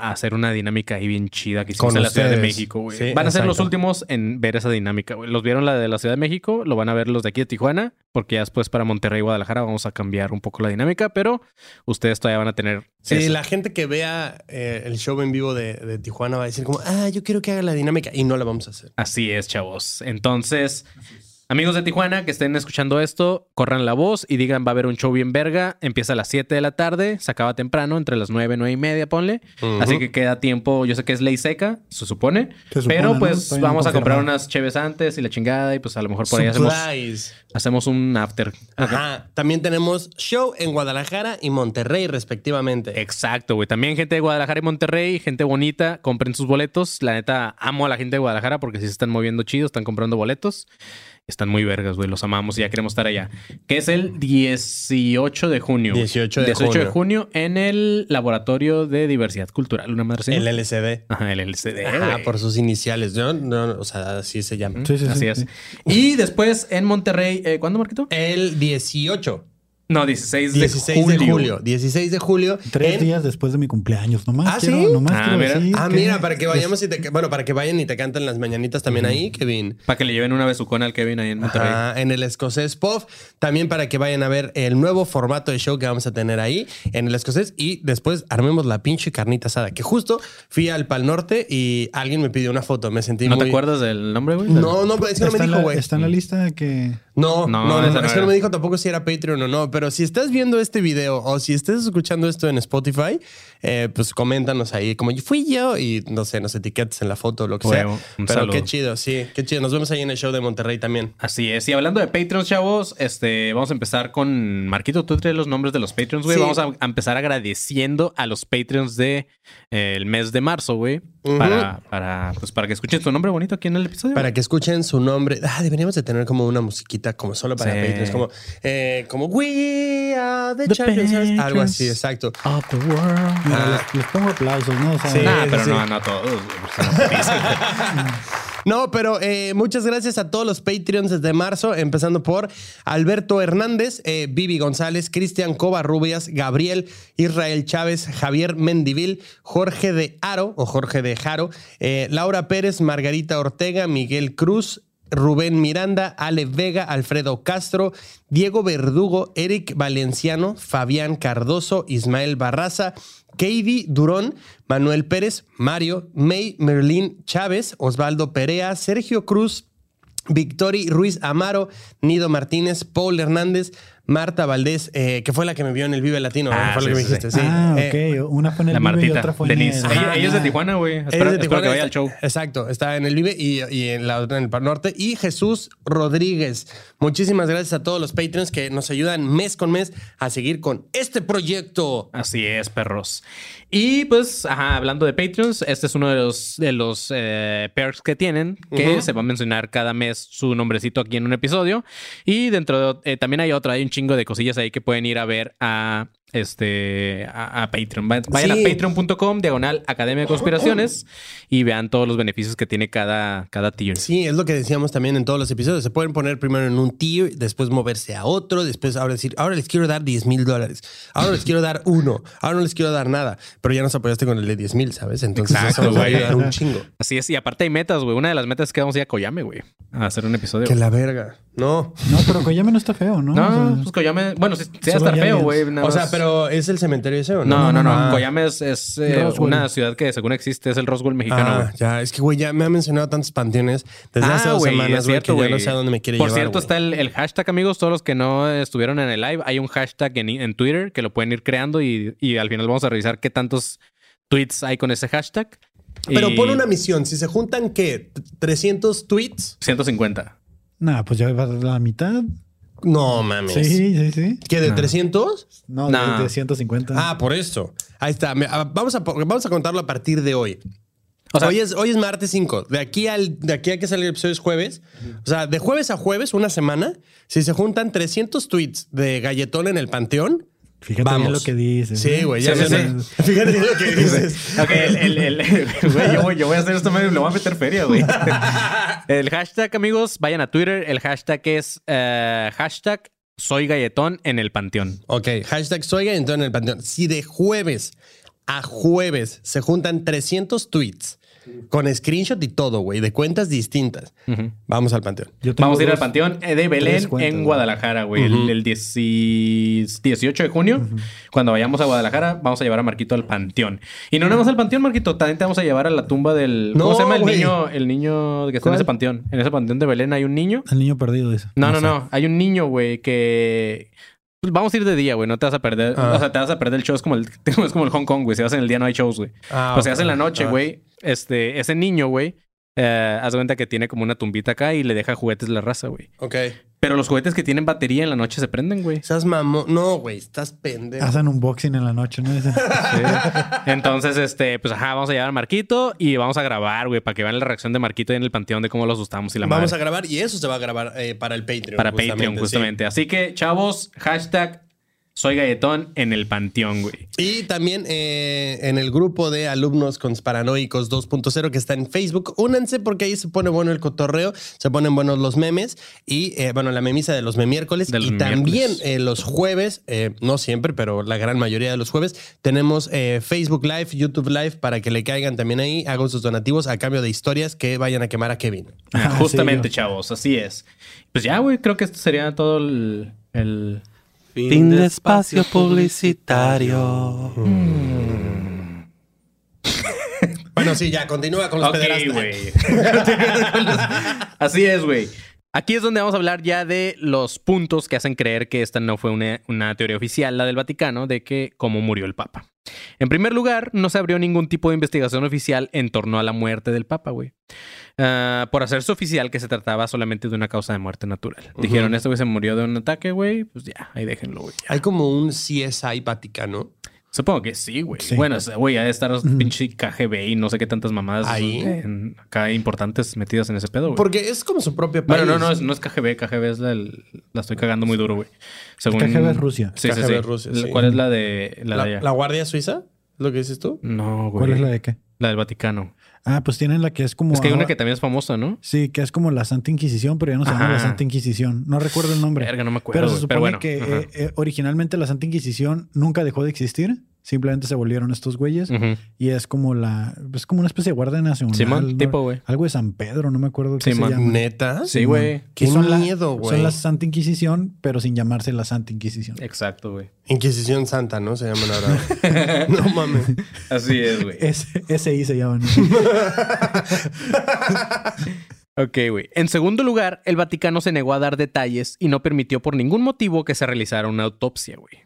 S1: a hacer una dinámica ahí bien chida que hicimos
S3: Con
S1: en la Ciudad de
S3: ustedes.
S1: México, güey.
S3: Sí,
S1: van a ser los
S3: exacto.
S1: últimos en ver esa dinámica, güey. Los vieron la de la Ciudad de México, lo van a ver los de aquí de Tijuana, porque ya después para Monterrey y Guadalajara vamos a cambiar un poco la dinámica, pero ustedes todavía van a tener.
S3: Sí,
S1: eso.
S3: la gente que vea eh, el show en vivo de, de Tijuana va a decir como, ah, yo quiero que haga la dinámica y no la vamos a hacer.
S1: Así es, chavos. Entonces, amigos de Tijuana que estén escuchando esto, corran la voz y digan, va a haber un show bien verga. Empieza a las 7 de la tarde, se acaba temprano, entre las 9, 9 y media, ponle. Así que queda tiempo, yo sé que es ley seca, se supone.
S4: Se supone,
S1: pero
S4: ¿no?
S1: pues
S4: Todavía no
S1: vamos a comprar
S4: confirmado.
S1: unas cheves antes y la chingada y pues a lo mejor por ahí hacemos,
S3: Surprise.
S1: hacemos un after.
S3: Ajá. También tenemos show en Guadalajara y Monterrey, respectivamente.
S1: Exacto, güey. También gente de Guadalajara y Monterrey, gente bonita, compren sus boletos. La neta, amo a la gente de Guadalajara porque sí se están moviendo chido, están comprando boletos. Están muy vergas, güey. Los amamos y ya queremos estar allá. Que es el 18 de junio. güey.
S3: 18 de
S1: 18 de
S3: junio.
S1: junio en el Laboratorio de Diversidad Cultural. Una madre así, ¿no?
S3: El LCD.
S1: Ajá, el LCD.
S3: Ajá,
S1: güey.
S3: por sus iniciales. Yo, no, o sea, así se llama.
S4: Sí, sí, sí,
S1: Así
S4: sí.
S1: es. Y después en Monterrey, eh, ¿cuándo, Marquito?
S3: El 18.
S1: No, 16 de
S3: 16
S1: julio.
S3: de julio. 16 de julio.
S4: Tres
S3: en-
S4: días después de mi cumpleaños. Nomás
S3: ¿Ah,
S4: quiero,
S3: sí?
S4: nomás
S1: Ah,
S4: quiero
S1: mira.
S4: decir
S3: Ah, mira, para que vayamos y te... Bueno, para que vayan y te canten las mañanitas también ahí, Kevin.
S1: Para que le lleven una besucona al Kevin ahí en Monterrey.
S3: Ajá, en el escocés Pop. También para que vayan a ver el nuevo formato de show que vamos a tener ahí en el escocés. Y después armemos la pinche carnita asada. Que justo fui al Pal Norte y alguien me pidió una foto. Me sentí
S1: ¿No
S3: muy...
S1: te acuerdas del nombre, güey?
S3: No, no, es que no me
S4: Está en
S3: dijo,
S4: la-
S3: güey.
S4: Está en la lista que...
S1: No,
S3: No, no, no,
S1: esa
S3: no,
S1: no
S3: es que no
S1: era.
S3: me dijo tampoco si era Patreon o no, pero si estás viendo este video o si estás escuchando esto en Spotify, eh, pues coméntanos ahí como yo fui yo y no sé, nos etiquetes en la foto o lo que
S1: Huevo,
S3: sea.
S1: un
S3: Pero
S1: saludo.
S3: qué chido, sí, qué chido. Nos vemos ahí en el show de Monterrey también.
S1: Así es. Y hablando de Patreons, chavos, este, vamos a empezar con Marquito. Tú traes los nombres de los Patreons, güey.
S3: Sí.
S1: Vamos a, a empezar agradeciendo a los Patreons de eh, el mes de marzo, güey.
S3: Ujú.
S1: para, para, pues, para que escuchen tu nombre bonito aquí en el episodio.
S3: Para que escuchen su nombre. Ah, deberíamos de tener como una musiquita como solo para
S1: Sí.
S3: Patreons, como, eh, como We are the, champions. ¿sabes? Algo así, exacto.
S1: Of the world.
S4: Mira,
S3: Ah.
S4: les, les pongo aplausos, ¿no? O sea,
S3: Sí.
S1: Nah, pero
S3: sí.
S1: no, no todos. güey, porque es una putiza, güey.
S3: No, pero eh, muchas gracias a todos los Patreons desde marzo, empezando por Alberto Hernández, eh, Vivi González, Cristian Covarrubias, Gabriel, Israel Chávez, Javier Mendivil, Jorge de Aro o Jorge de Jaro, eh, Laura Pérez, Margarita Ortega, Miguel Cruz, Rubén Miranda, Ale Vega, Alfredo Castro, Diego Verdugo, Eric Valenciano, Fabián Cardoso, Ismael Barraza, Katie Durón, Manuel Pérez, Mario, May Merlín Chávez, Osvaldo Perea, Sergio Cruz, Victori Ruiz Amaro, Nido Martínez, Paul Hernández, Marta Valdés, eh, que fue la que me vio en el Vive Latino,
S1: Ah,
S3: ¿no? fue
S1: sí,
S3: lo que
S1: sí,
S3: me dijiste,
S1: sí.
S3: sí.
S4: ah, ok.
S3: Eh,
S4: Una fue en el
S1: La
S4: Vive y
S1: Martita,
S4: otra fue en
S1: Denise.
S4: el-
S1: Ella,
S4: Ah,
S1: ella es de
S4: ya.
S1: Tijuana, güey.
S3: es de
S1: Espero, espero que
S3: Tijuana,
S1: vaya al
S3: está-
S1: show.
S3: Exacto, está en el Vive y, y en la otra en el Par Norte. Y Jesús Rodríguez. Muchísimas gracias a todos los Patreons que nos ayudan mes con mes a seguir con este proyecto.
S1: Así es, perros. Y pues, ajá, hablando de Patreons, este es uno de los, de los eh, perks que tienen, que se va a mencionar cada mes su nombrecito aquí en un episodio. Y dentro de, eh, también hay otra, hay un chingo de cosillas ahí que pueden ir a ver a este a, a Patreon. Va- Vayan
S3: Sí.
S1: a patreon.com, diagonal Academia de Conspiraciones, y vean todos los beneficios que tiene cada, cada tier.
S3: Sí, es lo que decíamos también en todos los episodios. Se pueden poner primero en un tier, después moverse a otro, después ahora decir, ahora les quiero dar 10 mil dólares, ahora les quiero dar uno, ahora no les quiero dar nada, pero ya nos apoyaste con el de 10 mil, ¿sabes? Entonces
S1: Exacto,
S3: eso nos va a
S1: güey.
S3: ayudar un chingo.
S1: Así es, y aparte hay metas, güey. Una de las metas es que vamos a ir a Koyame, güey, a hacer un episodio.
S3: Que la verga. No.
S4: No, pero Koyame no está feo, ¿no?
S1: No,
S4: O sea,
S1: pues Koyame, bueno, sí, sí va a
S4: solo
S1: estar
S4: hay
S1: feo,
S4: aliens.
S1: güey. nada
S3: O sea,
S1: más.
S3: pero es el cementerio ese o
S1: No, no, no.
S3: Ah.
S1: Coyame es, es, eh,
S4: Roswell.
S1: una ciudad que según existe es el Roswell mexicano,
S3: Ah,
S1: güey.
S3: ya, es que, güey, ya me ha mencionado tantos panteones desde hace dos
S1: Ah, güey,
S3: semanas,
S1: es
S3: güey, que ya
S1: güey.
S3: no sé a dónde me quiere
S1: Por
S3: llevar,
S1: cierto,
S3: güey.
S1: está el, el hashtag, amigos. Todos los que no estuvieron en el live, hay un hashtag en, en Twitter que lo pueden ir creando y, y al final vamos a revisar qué tantos tweets hay con ese hashtag.
S3: Pero
S1: Y
S3: pon una misión, si se juntan, ¿qué? ¿300 tweets?
S1: 150.
S4: Nah, pues ya va a la mitad.
S3: No, mames.
S4: Sí, sí, sí.
S3: ¿Qué, de 300?
S4: No,
S1: Nah.
S4: de, de 150.
S3: Ah, por eso. Ahí está. Me- ah, Vamos a, po- vamos a contarlo a partir de hoy.
S1: O sea-
S3: hoy, es, hoy es martes 5. De aquí, al, de aquí a que sale el episodio es jueves. O sea, de jueves a jueves, una semana, si se juntan 300 tweets de galletón en el panteón,
S4: Fíjate
S3: vamos.
S4: bien lo que dices.
S3: Sí,
S4: ¿eh?
S3: güey. ya
S1: Sí, sí,
S3: sé. Fíjate bien lo que dices.
S1: Ok, el, el- el- güey, yo, voy- yo voy a hacer esto, me lo voy a meter feria, güey. El hashtag, amigos, vayan a Twitter. El hashtag es eh, hashtag soy galletón en el panteón.
S3: Ok, hashtag soy galletón en el panteón. Si de jueves a jueves se juntan 300 tweets con screenshot y todo, güey, de cuentas distintas,
S1: Ujú.
S3: vamos al panteón.
S4: Yo tengo
S1: Vamos a ir al
S4: dos.
S1: Panteón eh, de Belén
S4: tres cuentas,
S1: en
S4: ¿no?
S1: Guadalajara, güey. El- El, 10 18 de junio, cuando vayamos a Guadalajara, vamos a llevar a Marquito al Panteón. Y no nada más al Panteón, Marquito, también te vamos a llevar a la tumba del... ¿Cómo
S3: No,
S1: se llama el
S3: güey.
S1: niño, el niño que está en ese Panteón? En ese Panteón de Belén hay un niño.
S4: El niño perdido dice.
S1: No, no, no. Hay un niño, güey, que... pues Vamos a ir de día, güey. No te vas a perder...
S3: Ah.
S1: O sea, te vas a perder el show. Es como el, es como el Hong Kong, güey. Si vas en el día no hay shows, güey.
S3: Ah,
S1: O sea,
S3: ok.
S1: Pues hace en la noche,
S3: Ah.
S1: güey. Este... Ese niño, güey... Eh, haz de cuenta que tiene como una tumbita acá y le deja juguetes la raza, güey.
S3: Ok.
S1: Pero los juguetes que tienen batería en la noche se prenden, güey.
S3: Estás mamón. No, güey, estás pendejo.
S4: Hacen un boxing en la noche, ¿no? Dice.
S1: Entonces, este, pues ajá, vamos a llevar a Marquito y vamos a grabar, güey, para que vean la reacción de Marquito ahí en el panteón de cómo lo asustamos y la
S3: Vamos a
S1: madre.
S3: grabar y eso se va a grabar eh, para el Patreon.
S1: para
S3: justamente,
S1: Patreon,
S3: sí.
S1: justamente. Así que, chavos, hashtag soy galletón en el panteón, güey.
S3: Y también eh, en el grupo de alumnos consparanoicos 2.0 que está en Facebook, únanse porque ahí se pone bueno el cotorreo, se ponen buenos los memes y, eh, bueno, la memisa de los memiércoles.
S1: De los
S3: y también
S1: miércoles.
S3: eh, los jueves, eh, no siempre, pero la gran mayoría de los jueves, tenemos eh, Facebook Live, YouTube Live para que le caigan también ahí, hagan sus donativos a cambio de historias que vayan a quemar a Kevin.
S1: Ah,
S4: sí,
S1: justamente,
S4: yo.
S1: chavos, así es. Pues ya, güey, creo que esto sería todo el. el-
S6: Fin de espacio publicitario.
S3: Bueno, sí, ya, continúa con los
S1: Ok,
S3: pederastas.
S1: güey. Así es, güey. Aquí es donde vamos a hablar ya de los puntos que hacen creer que esta no fue una, una teoría oficial, la del Vaticano, de que cómo murió el Papa. En primer lugar, no se abrió ningún tipo de investigación oficial en torno a la muerte del Papa, güey. Ah, por hacerse oficial que se trataba solamente de una causa de muerte natural. Dijeron, este güey se murió de un ataque, güey. Pues ya, ahí déjenlo, güey.
S3: Hay como un CSI Vaticano.
S1: Supongo que sí, güey.
S4: Sí.
S1: Bueno, ese güey, ha de estar pinche KGB y no sé qué tantas mamadas
S3: Ahí.
S1: en- acá importantes metidas en ese pedo, güey.
S3: Porque es como su propio país.
S1: Bueno, no, no, es, no es KGB. KGB es la, del- la estoy cagando muy duro, güey. Según...
S4: KGB es Rusia.
S1: Sí, sí,
S3: KGB
S1: sí.
S3: es Rusia,
S1: La-
S3: sí.
S1: ¿Cuál es la de la,
S3: ¿La,
S1: de allá?
S3: la Guardia Suiza? ¿Es lo que dices tú?
S1: No, güey.
S4: ¿Cuál es la de qué?
S1: La del Vaticano.
S4: Ah, pues tienen la que es como.
S1: Es que hay una
S4: ahora-
S1: que también es famosa, ¿no?
S4: Sí, que es como la Santa Inquisición, pero ya no se llama
S1: Ajá.
S4: la Santa Inquisición. No recuerdo el nombre.
S1: Verga, no me acuerdo,
S4: Pero se
S1: güey,
S4: supone
S1: pero bueno,
S4: que
S1: ajá.
S4: eh, eh, originalmente la Santa Inquisición nunca dejó de existir. Simplemente se volvieron estos güeyes
S1: Ujú.
S4: y es como la. Es como una especie de guardia nacional.
S1: Simón,
S4: ¿no?
S1: tipo, güey.
S4: Algo de San Pedro, no me acuerdo qué
S1: Simón.
S4: se llama.
S3: ¿Neta?
S1: Sí, güey.
S3: Qué
S4: Que son la-
S3: miedo, güey.
S4: Son la Santa Inquisición, pero sin llamarse la Santa Inquisición.
S1: Exacto, güey.
S3: Inquisición Santa, ¿no? Se llaman ahora. no mames.
S5: Así es, güey.
S4: Ese, SI se llaman.
S1: Ok, güey. En segundo lugar, el Vaticano se negó a dar detalles y no permitió por ningún motivo que se realizara una autopsia, güey.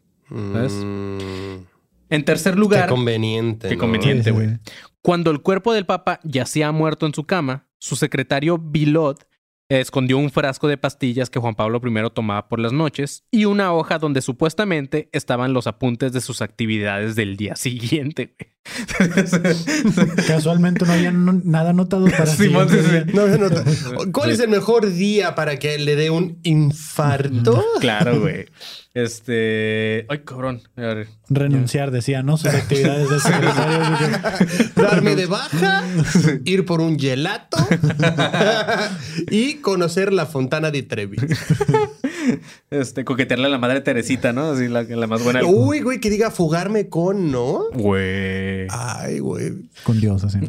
S1: ¿Sabes?
S3: Mm,
S1: En tercer
S3: qué
S1: lugar,
S3: conveniente.
S1: Qué
S3: ¿no?
S1: conveniente.
S4: Sí, sí,
S1: güey.
S4: sí.
S1: cuando el cuerpo del Papa yacía muerto en su cama, su secretario Bilot eh, escondió un frasco de pastillas que Juan Pablo I tomaba por las noches y una hoja donde supuestamente estaban los apuntes de sus actividades del día siguiente, güey.
S4: Casualmente no había no- nada anotado para
S5: Simón, sí,
S4: siguiente
S5: sí.
S4: día.
S3: No, no, no. ¿Cuál
S1: Sí.
S3: es el mejor día para que le dé un infarto?
S1: Claro, güey. Este. Ay, cabrón. A ver.
S4: Renunciar, decía, ¿no? Sus actividades de secretario.
S3: Darme de baja, ir por un gelato y conocer la Fontana de Trevi.
S5: Este, coquetearle a la madre Teresita, ¿no? Así la, la más buena.
S1: Uh.
S3: Uy, güey, que diga fugarme con, ¿no?
S1: Güey.
S3: Ay, güey.
S4: Con Dios, así.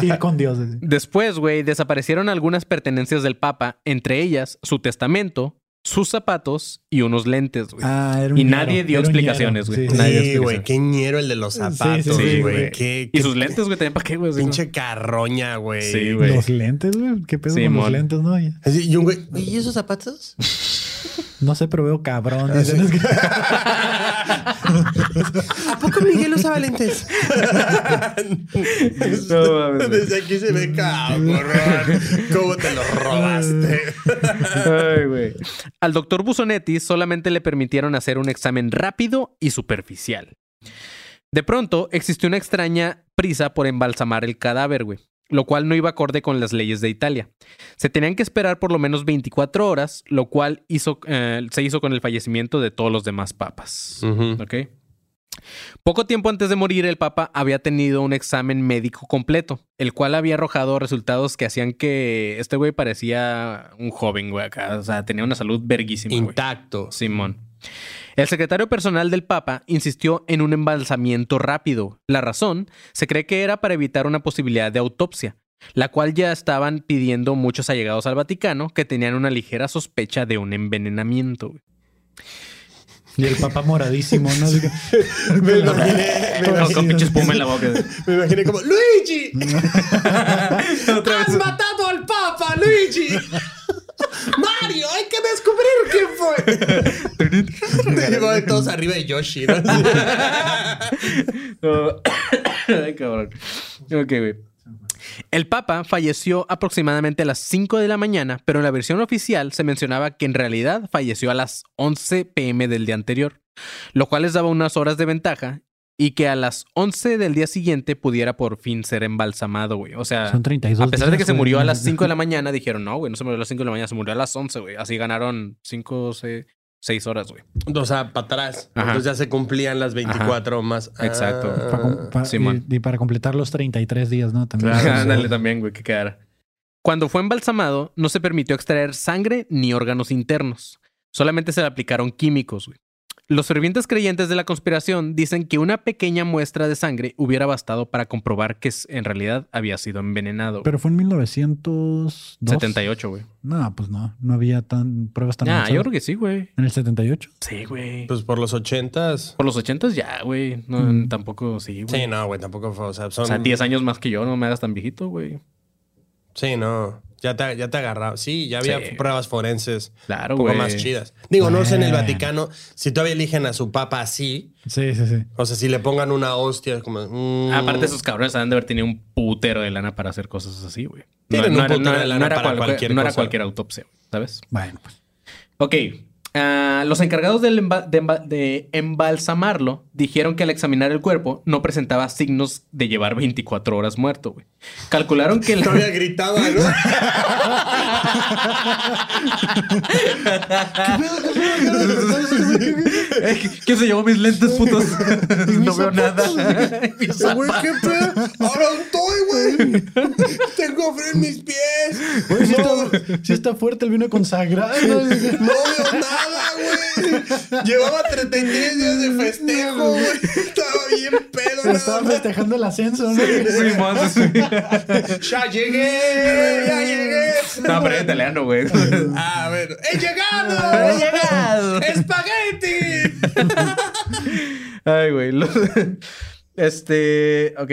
S4: Ir con Dios. así.
S1: Después, güey, desaparecieron algunas pertenencias del Papa, entre ellas su testamento, sus zapatos y unos lentes, güey.
S4: Ah, era un
S1: Y
S4: ñero,
S1: nadie dio
S4: era un
S1: explicaciones,
S4: ñero,
S1: güey.
S4: sí, sí.
S1: Nadie
S3: Sí,
S1: explica
S3: güey,
S1: eso.
S3: qué ñero el de los
S4: Sí, sí,
S3: zapatos,
S4: sí,
S3: güey.
S4: güey.
S3: Qué-
S1: Y
S3: qué
S1: sus lentes, güey, también para qué, güey. Así,
S3: Pinche carroña, güey.
S1: Sí, güey.
S4: Los lentes, güey. ¿Qué pedo con
S1: Simón.
S4: los lentes, no? Ya-
S3: Así, y un güey, ¿y esos zapatos?
S4: No sé, pero veo cabrón. dicen, es que-
S3: ¿A poco Miguel usaba lentes?
S5: No mames, güey.
S3: Desde aquí se ve cabrón. ¿Cómo te los robaste?
S5: Ay, güey.
S1: ¿no? Al doctor Busonetti solamente le permitieron hacer un examen rápido y superficial. De pronto, existió una extraña prisa por embalsamar el cadáver, güey, lo cual no iba acorde con las leyes de Italia. Se tenían que esperar por lo menos 24 horas, lo cual hizo, eh, se hizo con el fallecimiento de todos los demás papas. ¿ok? Poco tiempo antes de morir, el Papa había tenido un examen médico completo, el cual había arrojado resultados que hacían que este güey parecía un joven, güey, acá. O sea, tenía una salud verguísima, güey.
S3: Intacto.
S1: Simón. El secretario personal del Papa insistió en un embalsamiento rápido. La razón se cree que era para evitar una posibilidad de autopsia, la cual ya estaban pidiendo muchos allegados al Vaticano que tenían una ligera sospecha de un envenenamiento. güey.
S4: Y el papá moradísimo, ¿no? Así que-
S3: Me imaginé,
S5: Con,
S3: me
S5: con
S3: imaginé,
S5: pinche espuma en la boca.
S3: me imaginé como, ¡Luigi! ¡Has matado al Papa, Luigi! ¡Mario, hay que descubrir quién fue! Te llevo de todos arriba de Yoshi, ¿no?
S5: No. Ay, cabrón.
S1: Ok, güey. El Papa falleció aproximadamente a las 5 de la mañana, pero en la versión oficial se mencionaba que en realidad falleció a las 11 pm del día anterior, lo cual les daba unas horas de ventaja y que a las 11 del día siguiente pudiera por fin ser embalsamado, güey. O sea,
S4: Son 32
S1: a pesar de que
S4: días,
S1: se
S4: güey.
S1: murió a las 5 de la mañana, dijeron, no, güey, no se murió a las 5 de la mañana, se murió a las 11, güey. Así ganaron 5, 6 horas, güey.
S3: O sea, para atrás.
S1: Ajá.
S3: Entonces ya se cumplían las 24 más. ah,
S1: Exacto.
S4: Pa- com- pa-
S1: Simón.
S4: y, y para completar los 33 días, ¿no? También.
S1: Ándale también, güey, que quedara. Cuando fue embalsamado, no se permitió extraer sangre ni órganos internos. Solamente se le aplicaron químicos, güey. Los fervientes creyentes de la conspiración dicen que una pequeña muestra de sangre hubiera bastado para comprobar que s- en realidad había sido envenenado. güey.
S4: Pero fue en 1978.
S1: 78, güey.
S4: No, pues no. No había tan pruebas tan
S1: Ah,
S4: avanzadas.
S1: yo creo que sí, güey.
S4: ¿En el 78?
S1: Sí, güey.
S3: Pues por los 80s.
S1: Por los 80 ya, güey. No,
S4: Mm.
S1: Tampoco sí, güey.
S3: Sí, no, güey, tampoco fue. O sea, son.
S1: O sea, 10 años más que yo, no me hagas tan viejito, güey.
S3: Sí, no. Ya te, ya te agarraba. Sí, ya había
S1: Sí.
S3: pruebas forenses
S1: Claro,
S3: un poco
S1: güey. Eh.
S3: más chidas. Digo, no sé en el
S4: Bueno.
S3: Vaticano, si todavía eligen a su papa así,
S4: Sí, sí, sí.
S3: o sea, si le pongan una hostia, es como. mm,
S1: Aparte, esos cabrones han de haber tenido un putero de lana para hacer cosas así, güey. No,
S3: Tienen
S1: no
S3: un
S1: era,
S3: putero
S1: no era-
S3: de lana
S1: no era
S3: para
S1: cualquier,
S3: cualquier
S1: no era
S3: cosa.
S1: cualquier autopsia, ¿sabes?
S4: Bueno, pues.
S1: Ok. ah, los encargados del emba- de, emba- de embalsamarlo dijeron que al examinar el cuerpo no presentaba signos de llevar 24 horas muerto, güey. Calcularon que... la-
S3: Todavía gritaba, ¿no?
S1: Eh,
S5: Ey, ¿Quién se llevó mis lentes, putos? No veo nada.
S3: Güey, qué pedo. Ahora estoy, güey. Tengo frío en mis pies.
S4: sí, está, sí está fuerte el vino consagrado.
S3: No veo nada. nada, güey. Llevaba 33 días de festejo, güey. Estaba bien pedo, nada
S4: Estaba
S3: más.
S4: festejando el ascenso, ¿no?
S5: Sí, mon, sí.
S3: Ya llegué, ya llegué.
S5: No, pero es italiano, güey.
S3: A ver, he llegado. He llegado. Espagueti.
S1: Ay, güey. lo- Este. Ok.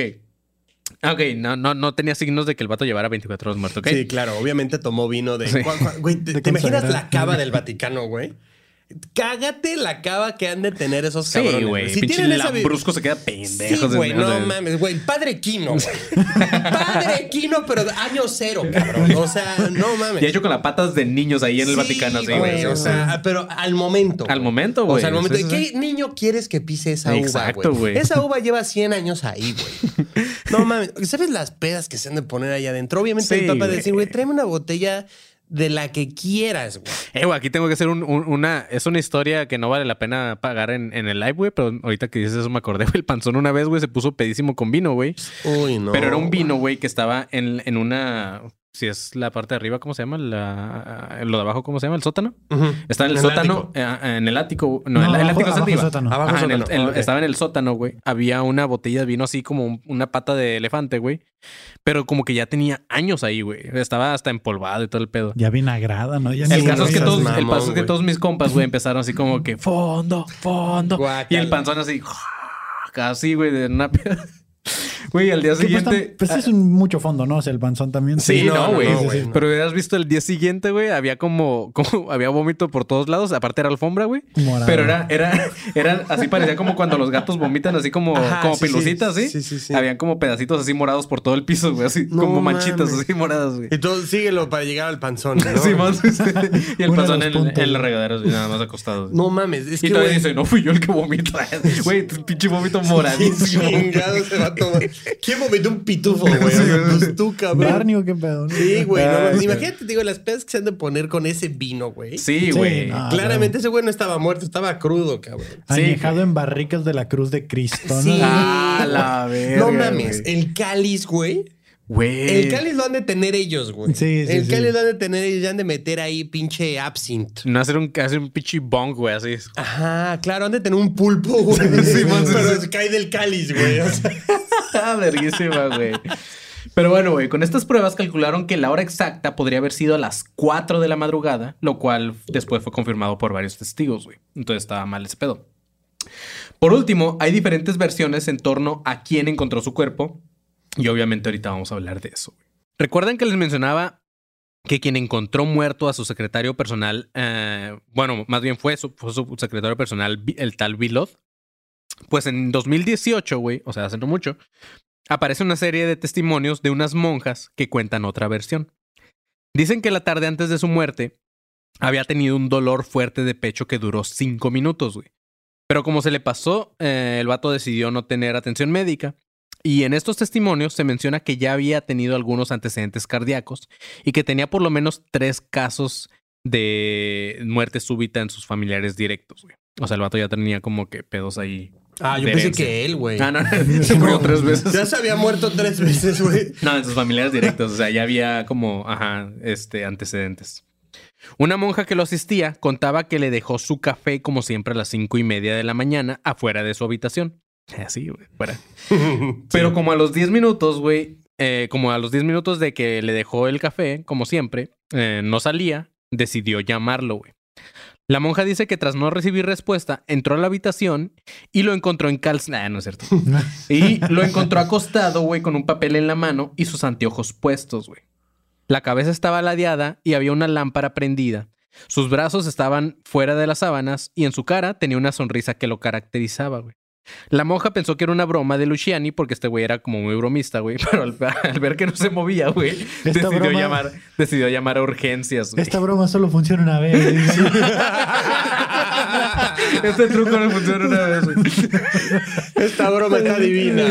S1: Ah, Ok, no, no, no tenía signos de que el vato llevara 24 horas muerto, ¿ok?
S3: Sí, claro, obviamente tomó vino de.
S1: Sí.
S3: ¿Cuál- cuál- güey, ¿te,
S4: De
S3: te imaginas
S4: consagrado.
S3: la cava del Vaticano, güey? Cágate la cava que han de tener esos
S1: Sí,
S3: cabrones.
S1: güey.
S3: Si
S1: pinche
S3: tienen esa.
S5: Lambrusco se queda
S3: Sí,
S5: pendejo.
S3: güey,
S5: o sea,
S3: no mames, güey. El padre Quino, güey. Padre Quino, pero año cero, cabrón. O sea, no mames.
S5: Y hecho con las patas de niños ahí en el
S3: Sí,
S5: Vaticano, sí, güey.
S3: O sea, Ah, pero al momento.
S5: Al
S3: güey.
S5: momento,
S3: O
S5: güey.
S3: sea, al momento.
S5: Sí, sí,
S3: ¿Qué
S5: sí.
S3: niño quieres que pise esa uva, güey?
S5: Exacto, güey.
S3: Esa uva lleva 100 años ahí, güey. No mames. ¿Sabes las pedas que se han de poner ahí adentro? Obviamente
S1: Sí,
S3: el papá
S1: güey.
S3: decir, güey, tráeme una botella de la que quieras, güey.
S1: Eh, güey, aquí tengo que hacer un- un- una. Es una historia que no vale la pena pagar en, en el live, güey. Pero ahorita que dices eso me acordé, güey. El panzón una vez, güey, se puso pedísimo con vino, güey.
S3: Uy, no.
S1: pero era un vino, güey, que estaba en, en una. Si es la parte de arriba, ¿cómo se llama? La, ah, lo de abajo, ¿cómo se llama? ¿El sótano?
S3: Ujú.
S1: Estaba en el,
S3: En el
S1: sótano,
S3: ático.
S1: eh, en el ático. No, el, el
S4: abajo-
S1: ático es
S4: abajo
S1: arriba.
S4: sótano.
S3: Abajo
S1: Ajá, en el-
S3: sótano.
S1: el-
S3: Ok.
S1: Estaba en el sótano, güey. Había una botella de vino así como un- una pata de elefante, güey. Pero como que ya tenía años ahí, güey. Estaba hasta empolvado y todo el pedo.
S4: Ya vinagrada, ¿no? Ya ni
S1: el caso es que
S4: esas
S3: seas
S1: todos,
S4: madres.
S1: el
S3: mamón,
S1: paso es que
S3: güey.
S1: todos mis compas, güey, empezaron así como que fondo, fondo.
S3: Guácala.
S1: Y el panzón así, casi, güey, de una peda. Güey, al día
S4: Que, pues,
S1: siguiente.
S4: tam- pues, es un mucho fondo, ¿no? O sea, el panzón también.
S1: Sí,
S3: no,
S1: no,
S3: no,
S1: güey.
S3: no, güey, no.
S1: Pero hubieras visto el día siguiente, güey. Había como, como había vómito por todos lados. Aparte era alfombra, güey.
S4: Morado.
S1: Pero era, era, era así parecía como cuando los gatos vomitan, así como,
S3: Ajá,
S1: como
S3: sí, sí.
S1: pelucitas, ¿sí?
S3: Sí, sí, sí.
S1: Habían como pedacitos así morados por todo el piso, güey. Así
S3: No
S1: como manchitas
S3: mames.
S1: así moradas, güey.
S3: Y todo, síguelo para llegar al panzón, ¿no?
S1: Simón, sí, sí. Y el
S4: Uno de
S1: panzón
S4: los
S1: en,
S4: puntos.
S1: en los regaderos, nada más acostados.
S3: No mames, es
S1: y
S3: que,
S1: todavía
S3: güey,
S1: dice, no fui yo el que vomita. Güey, tu pinche vómito
S3: ¿quién
S1: moradísimo.
S3: chingado se va a tomar? ¿Quién vomitó un pitufo, güey? O sea, pues tú, cabrón.
S4: Barney o qué pedo. ¿no?
S3: Sí, güey. no
S5: Ay,
S3: mames.
S5: sí.
S3: Imagínate, te digo, las pedas que se han de poner con ese vino, güey.
S1: Ah, Sí, güey.
S4: no. Ah,
S3: Claramente ese güey no estaba muerto, estaba crudo, cabrón.
S4: Añejado en barricas de la cruz de Cristo. ¿no?
S3: Sí.
S1: Ah, la verga,
S3: no mames,
S1: güey.
S3: el cáliz, güey.
S1: Güey.
S3: El cáliz lo han de tener ellos, güey.
S4: Sí, sí,
S3: El
S4: sí.
S3: cáliz lo han de tener ellos, ya han de meter ahí pinche absinthe.
S1: No hacer un, hacer un pinche bong, güey, así.
S3: Ajá, claro, han de tener un pulpo, güey.
S1: Sí, man, sí,
S3: pero cae del cáliz, güey. o sea.
S1: Ah, verguísima, güey. Pero bueno, güey, con estas pruebas calcularon que la hora exacta podría haber sido a las 4 de la madrugada, lo cual después fue confirmado por varios testigos, güey. Entonces estaba mal ese pedo. Por último, hay diferentes versiones en torno a quién encontró su cuerpo. Y obviamente ahorita vamos a hablar de eso. güey. Recuerdan que les mencionaba que quien encontró muerto a su secretario personal, eh, bueno, más bien fue su, fue su secretario personal, Vi- el tal Vilod. Pues en 2018, güey, o sea, hace no mucho, aparece una serie de testimonios de unas monjas que cuentan otra versión. Dicen que la tarde antes de su muerte había tenido un dolor fuerte de pecho que duró cinco minutos, güey. Pero como se le pasó, eh, el vato decidió no tener atención médica. Y en estos testimonios se menciona que ya había tenido algunos antecedentes cardíacos y que tenía por lo menos tres casos de muerte súbita en sus familiares directos, güey. O sea, el vato ya tenía como que pedos ahí.
S3: Ah, yo
S1: de
S3: pensé
S1: herencia.
S3: que él, güey.
S1: Ah, no, se murió tres veces.
S3: Ya se había muerto tres veces, güey.
S1: No, en sus familiares directos. O sea, ya había como, ajá, este, antecedentes. Una monja que lo asistía contaba que le dejó su café, como siempre, a las cinco y media de la mañana, afuera de su habitación. Eh, Así, güey, fuera. Pero como a los 10 minutos, güey, eh, como a los 10 minutos de que le dejó el café, como siempre, eh, no salía, decidió llamarlo, güey. La monja dice que tras no recibir respuesta, entró a la habitación y lo encontró en calzón. no es cierto. Y lo encontró acostado, güey, con un papel en la mano y sus anteojos puestos, güey. La cabeza estaba ladeada y había una lámpara prendida. Sus brazos estaban fuera de las sábanas y en su cara tenía una sonrisa que lo caracterizaba, güey. La monja pensó que era una broma de Luciani porque este güey era como muy bromista, güey. Pero al, al ver que no se movía, güey, decidió
S4: broma-
S1: llamar, decidió llamar a urgencias, güey.
S4: Esta broma solo funciona una vez.
S1: Este truco no funciona una vez, güey.
S3: Esta broma está divina.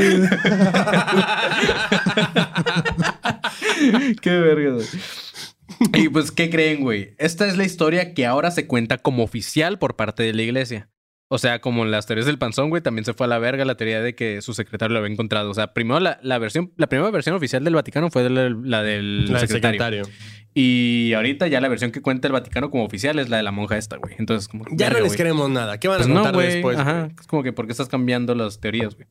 S1: Qué verga. güey. Y pues, ¿qué creen, güey? Esta es la historia que ahora se cuenta como oficial por parte de la iglesia. O sea, como en las teorías del panzón, güey, también se fue a la verga la teoría de que su secretario lo había encontrado. O sea, primero la, la versión, la primera versión oficial del Vaticano fue de la, la del secretario. Y ahorita ya la versión que cuenta el Vaticano como oficial es la de la monja esta, güey. Entonces, como. que,
S3: Ya
S1: verga,
S3: no les
S1: güey.
S3: queremos nada. ¿Qué van
S1: Pues
S3: a
S1: no,
S3: contar
S1: güey.
S3: después?
S1: Ajá.
S3: güey?
S1: Es como que, ¿por qué estás cambiando las teorías, güey?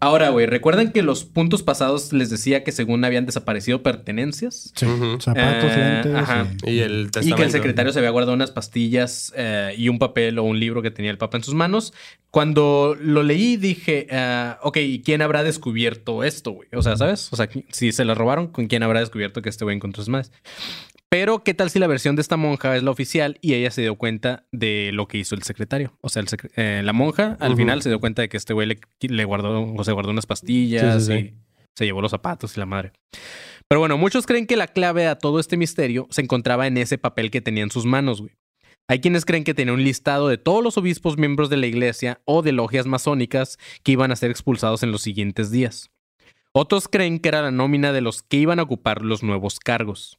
S1: Ahora, güey, ¿recuerdan que los puntos pasados les decía que según habían desaparecido pertenencias?
S4: Sí.
S3: Ujú.
S4: Zapatos,
S1: Eh,
S4: lentes.
S1: ajá.
S4: y-
S3: Y el
S1: Y
S3: testamento.
S1: que el secretario se había guardado unas pastillas eh, y un papel o un libro que tenía el Papa en sus manos. Cuando lo leí dije, ah, ok, ¿y quién habrá descubierto esto, güey? O sea, ¿sabes? O sea, qui- si se la robaron, ¿con quién habrá descubierto que este güey encontró sus madres? Pero, ¿qué tal si la versión de esta monja es la oficial y ella se dio cuenta de lo que hizo el secretario? O sea, el secre- eh, la monja al
S3: Ujú.
S1: final se dio cuenta de que este güey le, le guardó, o se guardó unas pastillas
S4: Sí, sí,
S1: y se llevó los zapatos y la madre. Pero bueno, muchos creen que la clave a todo este misterio se encontraba en ese papel que tenía en sus manos, güey. Hay quienes creen que tenía un listado de todos los obispos miembros de la iglesia o de logias masónicas que iban a ser expulsados en los siguientes días. Otros creen que era la nómina de los que iban a ocupar los nuevos cargos.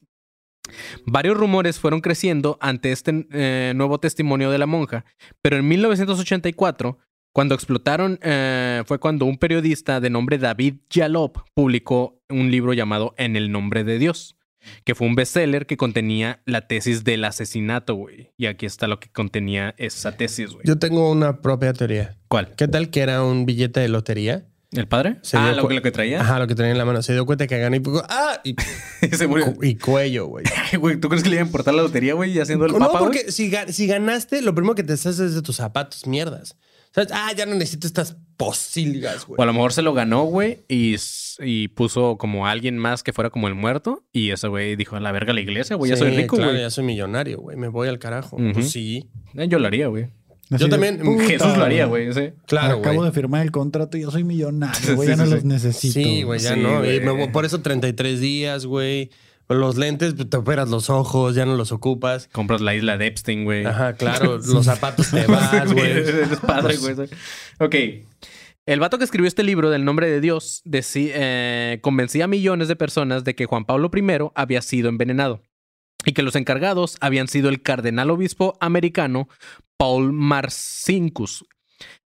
S1: Varios rumores fueron creciendo ante este eh, nuevo testimonio de la monja, pero en 1984 cuando explotaron, eh, fue cuando un periodista de nombre David Yalop publicó un libro llamado En el nombre de Dios, que fue un bestseller que contenía la tesis del asesinato, güey. Y aquí está lo que contenía esa tesis, güey.
S3: Yo tengo una propia teoría.
S1: ¿Cuál?
S3: ¿Qué tal que era un billete de lotería?
S1: ¿El padre?
S3: Se
S1: ah,
S3: dio
S1: lo
S3: cu-
S1: que, lo que traía.
S3: Ajá, lo que tenía en la mano. Se dio cuenta que ganó y puso, ¡ah! Y,
S1: Y se murió.
S3: cu- y cuello, güey.
S1: Ay, güey, ¿Tú crees que le iba a importar la lotería, güey? Y haciendo el
S3: No,
S1: papa, güey?
S3: porque si, ga- si ganaste, lo primero que te haces es de tus zapatos, mierdas. ¿Sabes? Ah, ya no necesito estas posilgas, güey.
S1: O a lo mejor se lo ganó, güey, y, s- y puso como a alguien más que fuera como el muerto. Y ese güey dijo, a la verga la iglesia, güey, ya
S3: Sí,
S1: soy rico,
S3: claro,
S1: güey.
S3: ya soy millonario, güey. Me voy al carajo.
S1: Ujú.
S3: Pues sí.
S1: Eh, Yo lo haría, güey.
S4: así
S3: Yo
S4: de,
S3: también.
S4: "Puta,
S1: Jesús lo haría, güey. sí.
S3: Claro,
S4: Acabo
S3: güey.
S4: de firmar el contrato y yo soy millonario, güey.
S1: Sí,
S4: ya no
S1: sí,
S4: los
S1: sí.
S4: necesito.
S3: Sí, güey, ya
S1: Sí,
S3: no. Y
S1: güey. eh,
S3: me voy- por eso 33 días, güey. Los lentes, pues, te operas los ojos, ya no los ocupas.
S1: Compras la isla de Epstein, güey.
S3: Ajá, claro. Los zapatos te vas, güey. Pues,
S1: Eres padre, güey. Ok. El vato que escribió este libro del nombre de Dios decí- eh, convencía a millones de personas de que Juan Pablo I había sido envenenado y que los encargados habían sido el cardenal obispo americano Paul Marcinkus.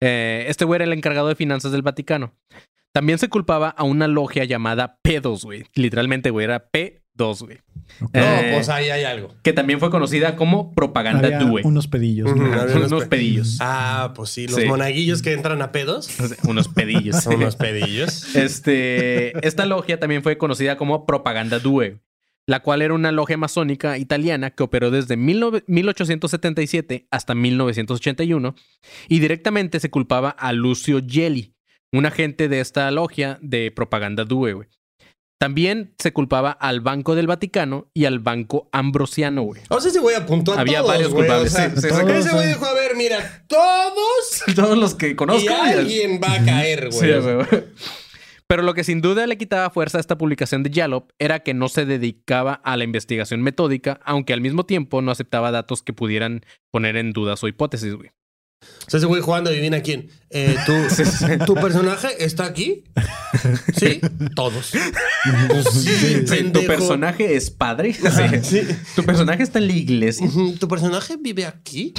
S1: Eh, este güey era el encargado de finanzas del Vaticano. También se culpaba a una logia llamada P2, güey. Literalmente, güey, era P2, güey.
S3: No,
S1: Eh,
S3: pues ahí hay algo.
S1: que también fue conocida como Propaganda
S4: Había
S1: Due.
S4: unos pedillos.
S3: Ujú.
S4: ¿no?
S1: Ajá,
S3: había unos
S1: unos
S3: pe-
S1: pedillos.
S3: Ah, pues sí. Los
S1: Sí.
S3: monaguillos que entran a pedos.
S1: Unos pedillos.
S3: Son unos pedillos.
S1: Este, esta logia también fue conocida como Propaganda Due, la cual era una logia masónica italiana que operó desde 19- 1877 hasta 1981 y directamente se culpaba a Lucio Gelli, un agente de esta logia de Propaganda Due. güey. También se culpaba al Banco del Vaticano y al Banco Ambrosiano, güey.
S3: O sea, ese güey apuntó a
S1: Había
S3: todos,
S1: varios
S3: güey,
S1: culpables,
S3: o sea,
S1: sí, sí,
S4: sí.
S3: Ese güey dijo, a ver, mira, todos
S1: Todos los que
S3: y alguien va a caer, güey.
S1: Sí, a huevo. Pero lo que sin duda le quitaba fuerza a esta publicación de Yallop era que no se dedicaba a la investigación metódica, aunque al mismo tiempo no aceptaba datos que pudieran poner en duda su hipótesis, güey.
S3: O sea, ese güey jugando adivina quién. Eh, tú, ¿Tu personaje está aquí? Sí, todos. Pues sí,
S1: ¿Tu
S3: pendejo.
S1: personaje es padre? ¿Tu personaje está en la iglesia?
S3: Ujú, ¿Tu personaje vive aquí?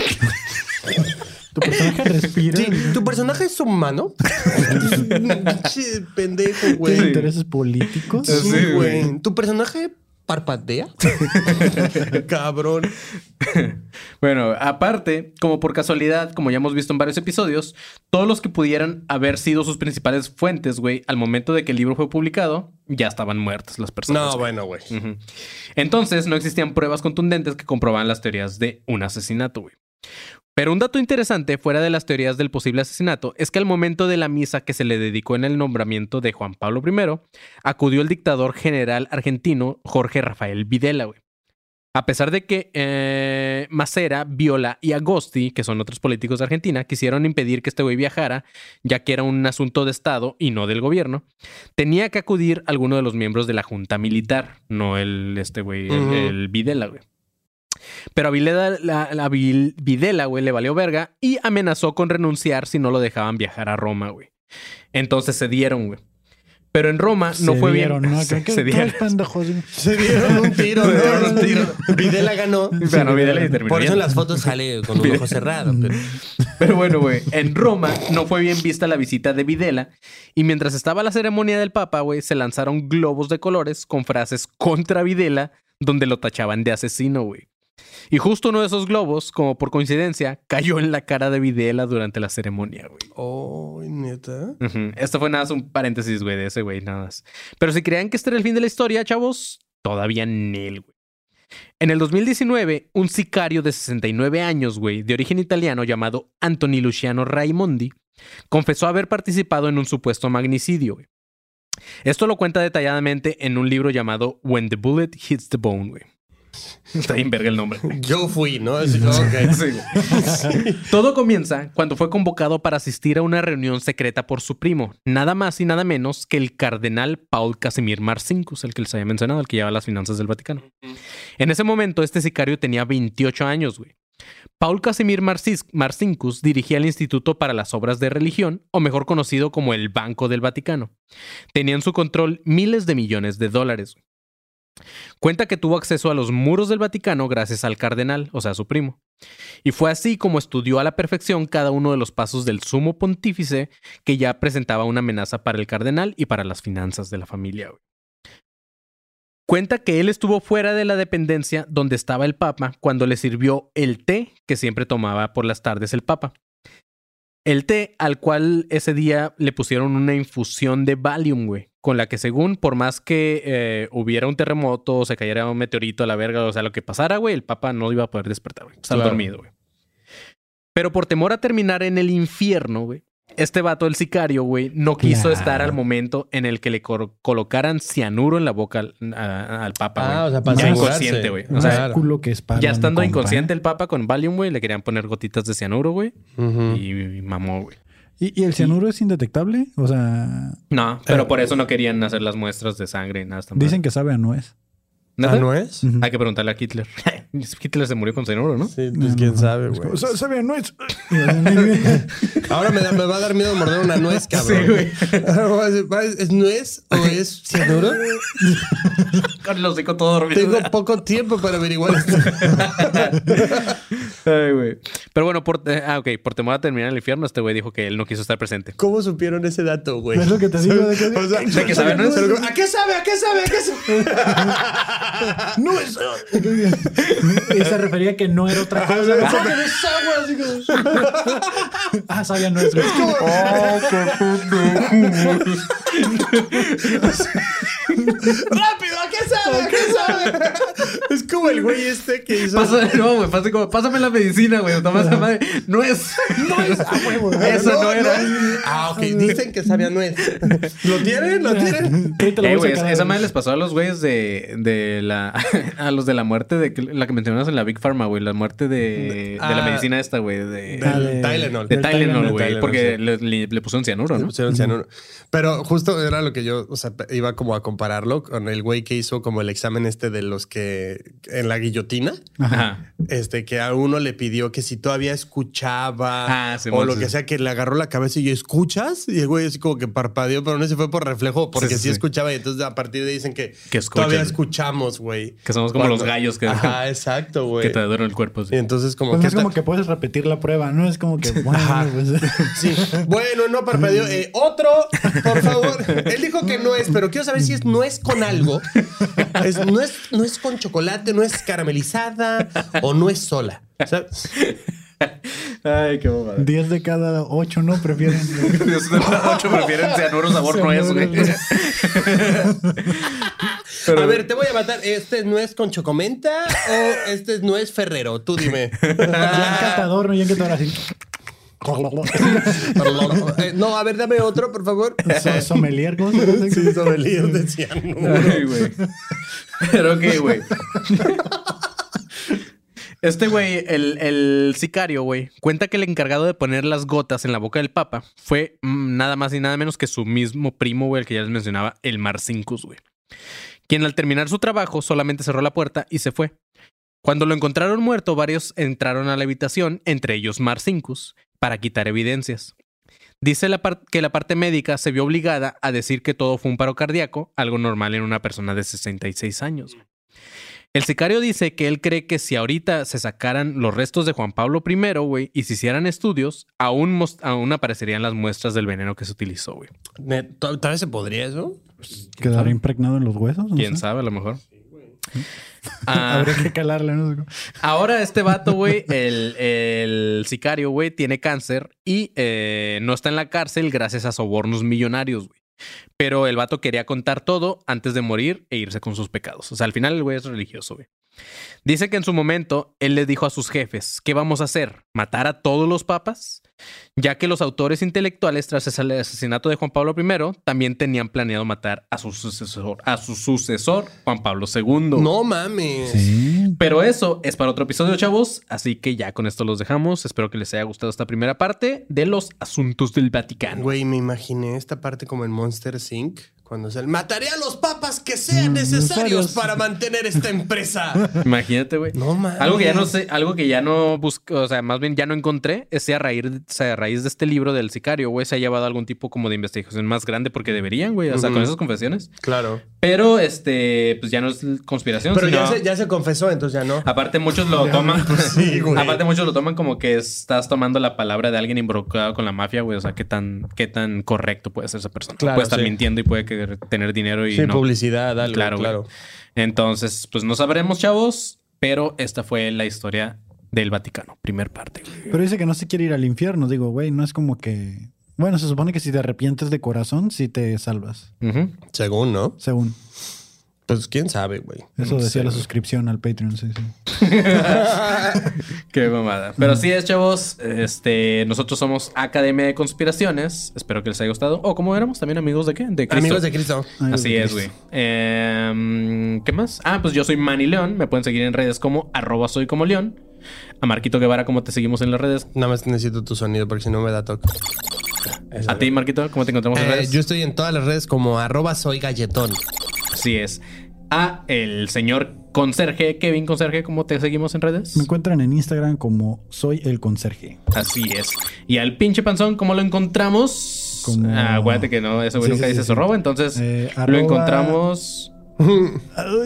S4: Tu personaje respira.
S3: Sí, ¿Tu personaje es humano? Pinche pendejo,
S4: ¿Tiene
S3: güey.
S4: intereses políticos?
S3: Sí, güey. ¿Tu personaje parpadea? Cabrón.
S1: Bueno, aparte, como por casualidad, como ya hemos visto en varios episodios, todos los que pudieran haber sido sus principales fuentes, güey, al momento de que el libro fue publicado, ya estaban muertas las personas.
S3: No,
S1: güey.
S3: bueno, güey.
S1: Ujú. Entonces, no existían pruebas contundentes que comprobaban las teorías de un asesinato, güey. Pero un dato interesante fuera de las teorías del posible asesinato es que al momento de la misa que se le dedicó en el nombramiento de Juan Pablo I, acudió el dictador general argentino Jorge Rafael Videla, güey. A pesar de que eh, Macera, Viola y Agosti, que son otros políticos de Argentina, quisieron impedir que este güey viajara, ya que era un asunto de Estado y no del gobierno, tenía que acudir alguno de los miembros de la junta militar, no el este güey, el,
S3: Ujú.
S1: el Videla, güey. Pero a Vileda- la- la Vil- Videla, güey, le valió verga y amenazó con renunciar si no lo dejaban viajar a Roma, güey. Entonces se dieron, güey. Pero en Roma no
S4: Se
S1: fue
S4: dieron,
S1: bien.
S4: ¿no?
S1: Se-
S4: ¿Qué- qué-
S1: se dieron.
S4: qué pendejos?
S3: Se dieron un tiro.
S1: Se dieron un tiro.
S3: Videla ganó.
S1: Pero Videla y terminó
S3: Por
S1: bien.
S3: eso en las fotos sale con un ojo cerrado. pero-
S1: Pero bueno, güey, en Roma no fue bien vista la visita de Videla y mientras estaba la ceremonia del Papa, güey, se lanzaron globos de colores con frases contra Videla donde lo tachaban de asesino, güey. Y justo uno de esos globos, como por coincidencia, cayó en la cara de Videla durante la ceremonia, güey.
S3: Oh, neta.
S1: Ujú. Esto fue nada más un paréntesis, güey, de ese güey, nada más. Pero si creían que este era el fin de la historia, chavos, todavía ni él, güey. En el 2019, un sicario de 69 años, güey, de origen italiano llamado Anthony Luciano Raimondi, confesó haber participado en un supuesto magnicidio, güey. Esto lo cuenta detalladamente en un libro llamado When the Bullet Hits the Bone, güey. Está bien verga el nombre.
S3: Yo fui, ¿no? Así, ok.
S1: Todo comienza cuando fue convocado para asistir a una reunión secreta por su primo, nada más y nada menos que el cardenal Paul Casimir Marcinkus, el que les había mencionado, el que lleva las finanzas del Vaticano. En ese momento, este sicario tenía 28 años, güey. Paul Casimir Marcis- Marcinkus dirigía el Instituto para las Obras de Religión, o mejor conocido como el Banco del Vaticano. Tenía en su control miles de millones de dólares. güey. Cuenta que tuvo acceso a los muros del Vaticano gracias al cardenal, o sea, a su primo. Y fue así como estudió a la perfección cada uno de los pasos del sumo pontífice que ya presentaba una amenaza para el cardenal y para las finanzas de la familia. güey. Cuenta que él estuvo fuera de la dependencia donde estaba el papa cuando le sirvió el té que siempre tomaba por las tardes el papa. El té al cual ese día le pusieron una infusión de Valium, güey. Con la que según, por más que eh, hubiera un terremoto, o se cayera un meteorito a la verga, o sea, lo que pasara, güey, el papa no iba a poder despertar, güey. Estaba
S3: Claro.
S1: dormido, güey. Pero por temor a terminar en el infierno, güey, este vato, el sicario, güey, no quiso
S4: Claro.
S1: estar al momento en el que le cor- colocaran cianuro en la boca al, a- al papa, güey.
S3: Ah, o sea,
S4: para
S1: ya
S3: asegurarse.
S1: inconsciente, güey. O
S4: Un
S1: sea,
S3: Claro.
S4: culo que es para
S1: ya
S4: mi
S1: estando
S4: compa,
S1: inconsciente
S4: ¿eh?
S1: el papa con Valium, güey, le querían poner gotitas de cianuro, güey.
S3: Ujú.
S1: Y, y mamó, güey.
S4: ¿Y, y el cianuro es indetectable? O sea,
S1: No, pero por eso no querían hacer las muestras de sangre y nada.
S4: dicen que sabe a nuez.
S3: ¿Ah, no es?
S4: Ujú.
S1: Hay que preguntarle a Hitler. Hitler se murió con cianuro, ¿no?
S3: Sí,
S4: No,
S3: pues quién
S4: no,
S3: sabe,
S4: es
S3: güey.
S4: como, "Sa- Sabe a nuez. Y así,
S3: Ahora me, da- me va a dar miedo morder una nuez, cabrón.
S1: Sí, güey.
S3: Ahora voy a decir, ¿pa- ¿Es nuez o es cianuro?
S1: Con los hocico todo dormido.
S3: Tengo poco tiempo para averiguar esto.
S5: Ay, güey.
S1: Pero bueno, por, eh, ah, ok, por temor a terminar en el infierno, este güey dijo que él no quiso estar presente.
S3: ¿Cómo supieron ese dato, güey?
S4: Es lo que te digo, de que-
S3: O sea,
S1: de que sabe nuez.
S3: pero- ¿A qué sabe? ¿A qué sabe? ¿A qué sabe? ¡Nuez!
S4: Y se refería que no era otra cosa.
S3: Ah, pero es agua, así como-
S4: Ah, sabía nuez. güey.
S3: ¡Rápido! ¿A qué sabe? ¿A qué sabe? Es como el güey este que hizo...
S1: Pasa- no, güey, pasa como, pásame la medicina, güey. Toma esa madre. No es. No es. Eso no, era.
S3: es- Ah, ok. Dicen que sabía nuez. ¿Lo tienen? ¿Lo tienen?
S4: Ahí te lo
S1: Eh,
S4: voy a
S1: güey,
S4: sacar,
S1: esa
S4: güey.
S1: madre les pasó a los güeyes de, de la. A los de la muerte de que- la que mencionabas en la Big Pharma, güey. La muerte de, de
S3: Ah.
S1: la medicina esta, güey. De,
S4: Ah,
S3: Del
S4: de-
S3: Tylenol.
S1: de
S4: del
S1: Tylenol,
S4: Tylenol,
S1: güey.
S3: Tylenol,
S1: Porque
S3: sí.
S1: le, le- le pusieron cianuro,
S3: Le
S1: ¿no?
S3: pusieron cianuro. Pero justo era lo que yo, o sea, iba como a compararlo con el güey que hizo como el examen este de los que en la guillotina,
S1: Ajá.
S3: este que a uno le pidió que si todavía escuchaba
S1: Ah, sí,
S3: o
S1: mon,
S3: lo
S1: sí.
S3: que sea, que le agarró la cabeza y escuchas. Y el güey así como que parpadeó, pero no se fue por reflejo, porque
S1: Sí,
S3: sí,
S1: sí, sí.
S3: escuchaba. Y entonces a partir de ahí dicen que,
S1: Que escuchan.
S3: todavía escuchamos, güey.
S1: Que somos como
S3: Cuando-
S1: los gallos que,
S3: Ajá, exacto,
S1: que
S3: güey.
S1: te adoran el cuerpo. sí.
S3: Y entonces como
S4: Pues
S3: que
S4: no es como
S3: esta-
S4: que puedes repetir la prueba, ¿no? Es como que, bueno, pues,
S3: Sí. Bueno, no parpadeó. Eh, otro, por favor. Él dijo que no es, pero quiero saber si es no es con algo. Es, no, es, no es con chocolate, no es caramelizada o no es sola. ¿Sabes?
S5: Ay, qué bobada.
S4: 10 de cada 8 no prefieren.
S1: Dios de los ocho prefieren cianuro sabor no es, güey.
S3: A ver, te voy a matar. ¿Este no es con chocomenta o este no es ferrero? Tú dime.
S4: ya en catador, ¿no? Ya en catador así.
S3: Eh, no, a ver, dame otro, por favor.
S4: So- Sommelier, ¿cómo se llama?
S3: Sí, sommelier de cianuro.
S5: Ay, güey.
S1: Pero ok, güey. Este güey, el, el sicario, güey, cuenta que el encargado de poner las gotas en la boca del papa fue mm, nada más y nada menos que su mismo primo, güey, el que ya les mencionaba, el Marcinkus, güey. Quien al terminar su trabajo solamente cerró la puerta y se fue. Cuando lo encontraron muerto, varios entraron a la habitación, entre ellos Marcinkus, para quitar evidencias. Dice la par- que la parte médica se vio obligada a decir que todo fue un paro cardíaco, algo normal en una persona de 66 años. El sicario dice que él cree que si ahorita se sacaran los restos de Juan Pablo I, güey, y se hicieran estudios, aún, mos- aún aparecerían las muestras del veneno que se utilizó, güey.
S3: Ne- ¿Tal tal vez se podría eso?
S4: ¿Quedará impregnado en los huesos? No
S1: ¿Quién
S4: sé.
S1: sabe? A lo mejor. Ah,
S4: Habría que calarle, ¿no?
S1: ahora este vato, güey, el, el sicario, güey, tiene cáncer y eh, no está en la cárcel gracias a sobornos millonarios, güey. Pero el vato quería contar todo antes de morir e irse con sus pecados. O sea, al final el güey es religioso, güey. Dice que en su momento él les dijo a sus jefes, ¿qué vamos a hacer? ¿Matar a todos los papas? Ya que los autores intelectuales tras el asesinato de Juan Pablo I también tenían planeado matar a su sucesor, a su sucesor Juan Pablo II.
S3: No mames.
S4: Sí.
S1: Pero eso es para otro episodio, chavos. Así que ya con esto los dejamos. Espero que les haya gustado esta primera parte de los asuntos del Vaticano.
S3: Güey, me imaginé esta parte como en Monster Inc. Cuando se mataré a los papas que sean
S4: Mm,
S3: necesarios
S4: necesarios.
S3: para mantener esta empresa.
S1: Imagínate, güey.
S3: No mames.
S1: Algo que ya no sé, algo que ya no busco, o sea, más bien ya no encontré, es si a raíz, si a raíz de este libro del sicario, güey, se ha llevado algún tipo como de investigación más grande porque deberían, güey, o sea,
S3: Ujú.
S1: con esas confesiones.
S3: Claro.
S1: Pero, este, pues ya no es conspiración.
S3: Pero ya,
S1: sino-
S3: se, ya se confesó, entonces ya no.
S1: Aparte muchos lo toman,
S3: sí, güey.
S1: aparte muchos lo toman como que estás tomando la palabra de alguien involucrado con la mafia, güey, o sea, qué tan qué tan correcto puede ser esa persona.
S3: Claro,
S1: puede estar
S3: sí.
S1: mintiendo y puede querer tener dinero y
S3: Sí,
S1: no.
S3: publicidad, algo. Claro,
S1: Claro, güey.
S3: claro.
S1: Entonces, pues no sabremos, chavos, pero esta fue la historia del Vaticano, primer parte. güey.
S4: Pero dice que no se quiere ir al infierno. Digo, güey, no es como que. Bueno, se supone que si te arrepientes de corazón, sí te salvas.
S1: Ujú.
S3: Según, ¿no?
S4: Según.
S3: Pues quién sabe, güey.
S4: Eso
S1: Mm,
S3: No
S4: decía
S3: sé,
S4: la
S3: güey.
S4: suscripción al Patreon, sí, sí.
S1: Qué mamada. Pero sí es, chavos, este, nosotros somos Academia de Conspiraciones. Espero que les haya gustado. O como éramos también amigos de qué? De Cristo.
S3: Amigos de Cristo.
S4: Ay,
S1: Así es, güey. Em, ¿Qué más? Ah, pues yo soy Manny León. Me pueden seguir en redes como arroba soy como León. A Marquito Guevara, ¿cómo te seguimos en las redes?
S3: Nada más necesito tu sonido porque si no me da toque.
S1: A ti, Marquito, ¿cómo te encontramos en
S3: Eh,
S1: redes?
S3: yo estoy en todas las redes como arroba soy galletón.
S1: Así es. A el señor conserje, Kevin Conserje, ¿cómo te seguimos en redes?
S4: Me encuentran en Instagram como soy el conserje.
S1: Así es. Y al pinche panzón, ¿cómo lo encontramos?
S4: Como-
S1: Ah, acuérdate que no, ese güey
S4: Sí,
S1: nunca
S4: sí,
S1: dice
S4: sí,
S1: su
S4: sí.
S1: roba, entonces
S4: Eh,
S1: lo
S4: arroba-
S1: encontramos
S4: Ay,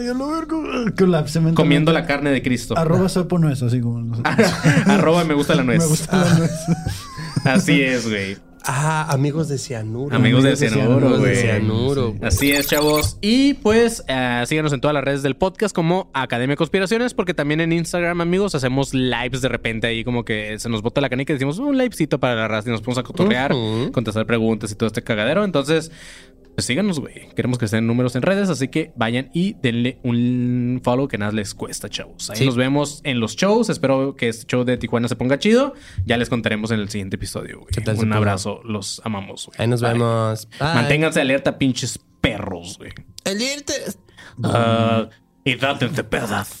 S4: a lo vergo. Colapse mentalmente.
S1: comiendo Ah, la carne de Cristo.
S4: Arroba sopo no es así como.
S1: arroba me gusta la nuez.
S4: Me gusta la nuez.
S1: Así es, güey.
S3: Ah, amigos de Cianuro.
S1: Amigos de
S4: Amigos de
S1: Cianuro,
S4: Cianuro,
S3: Amigos de
S1: güey.
S3: Cianuro. güey.
S1: Así es, chavos. Y pues eh, síganos en todas las redes del podcast como Academia de Conspiraciones, porque también en Instagram, amigos, hacemos lives de repente ahí como que se nos bota la canica y decimos un livecito para la raza y nos ponemos a cotorrear,
S3: Ujú.
S1: contestar preguntas y todo este cagadero. Entonces, pues síganos, güey. Queremos que estén números en redes, así que vayan y denle un follow que nada les cuesta, chavos. Ahí
S3: Sí.
S1: nos vemos en los shows. Espero que este show de Tijuana se ponga chido. Ya les contaremos en el siguiente episodio, güey.
S3: ¿Qué tal se
S1: Un
S3: puso?
S1: abrazo, los amamos, güey.
S3: Ahí nos
S1: Bye.
S3: vemos. Bye.
S1: Manténganse alerta, pinches perros, güey.
S3: El irte-
S1: Ah, y dátense pedas.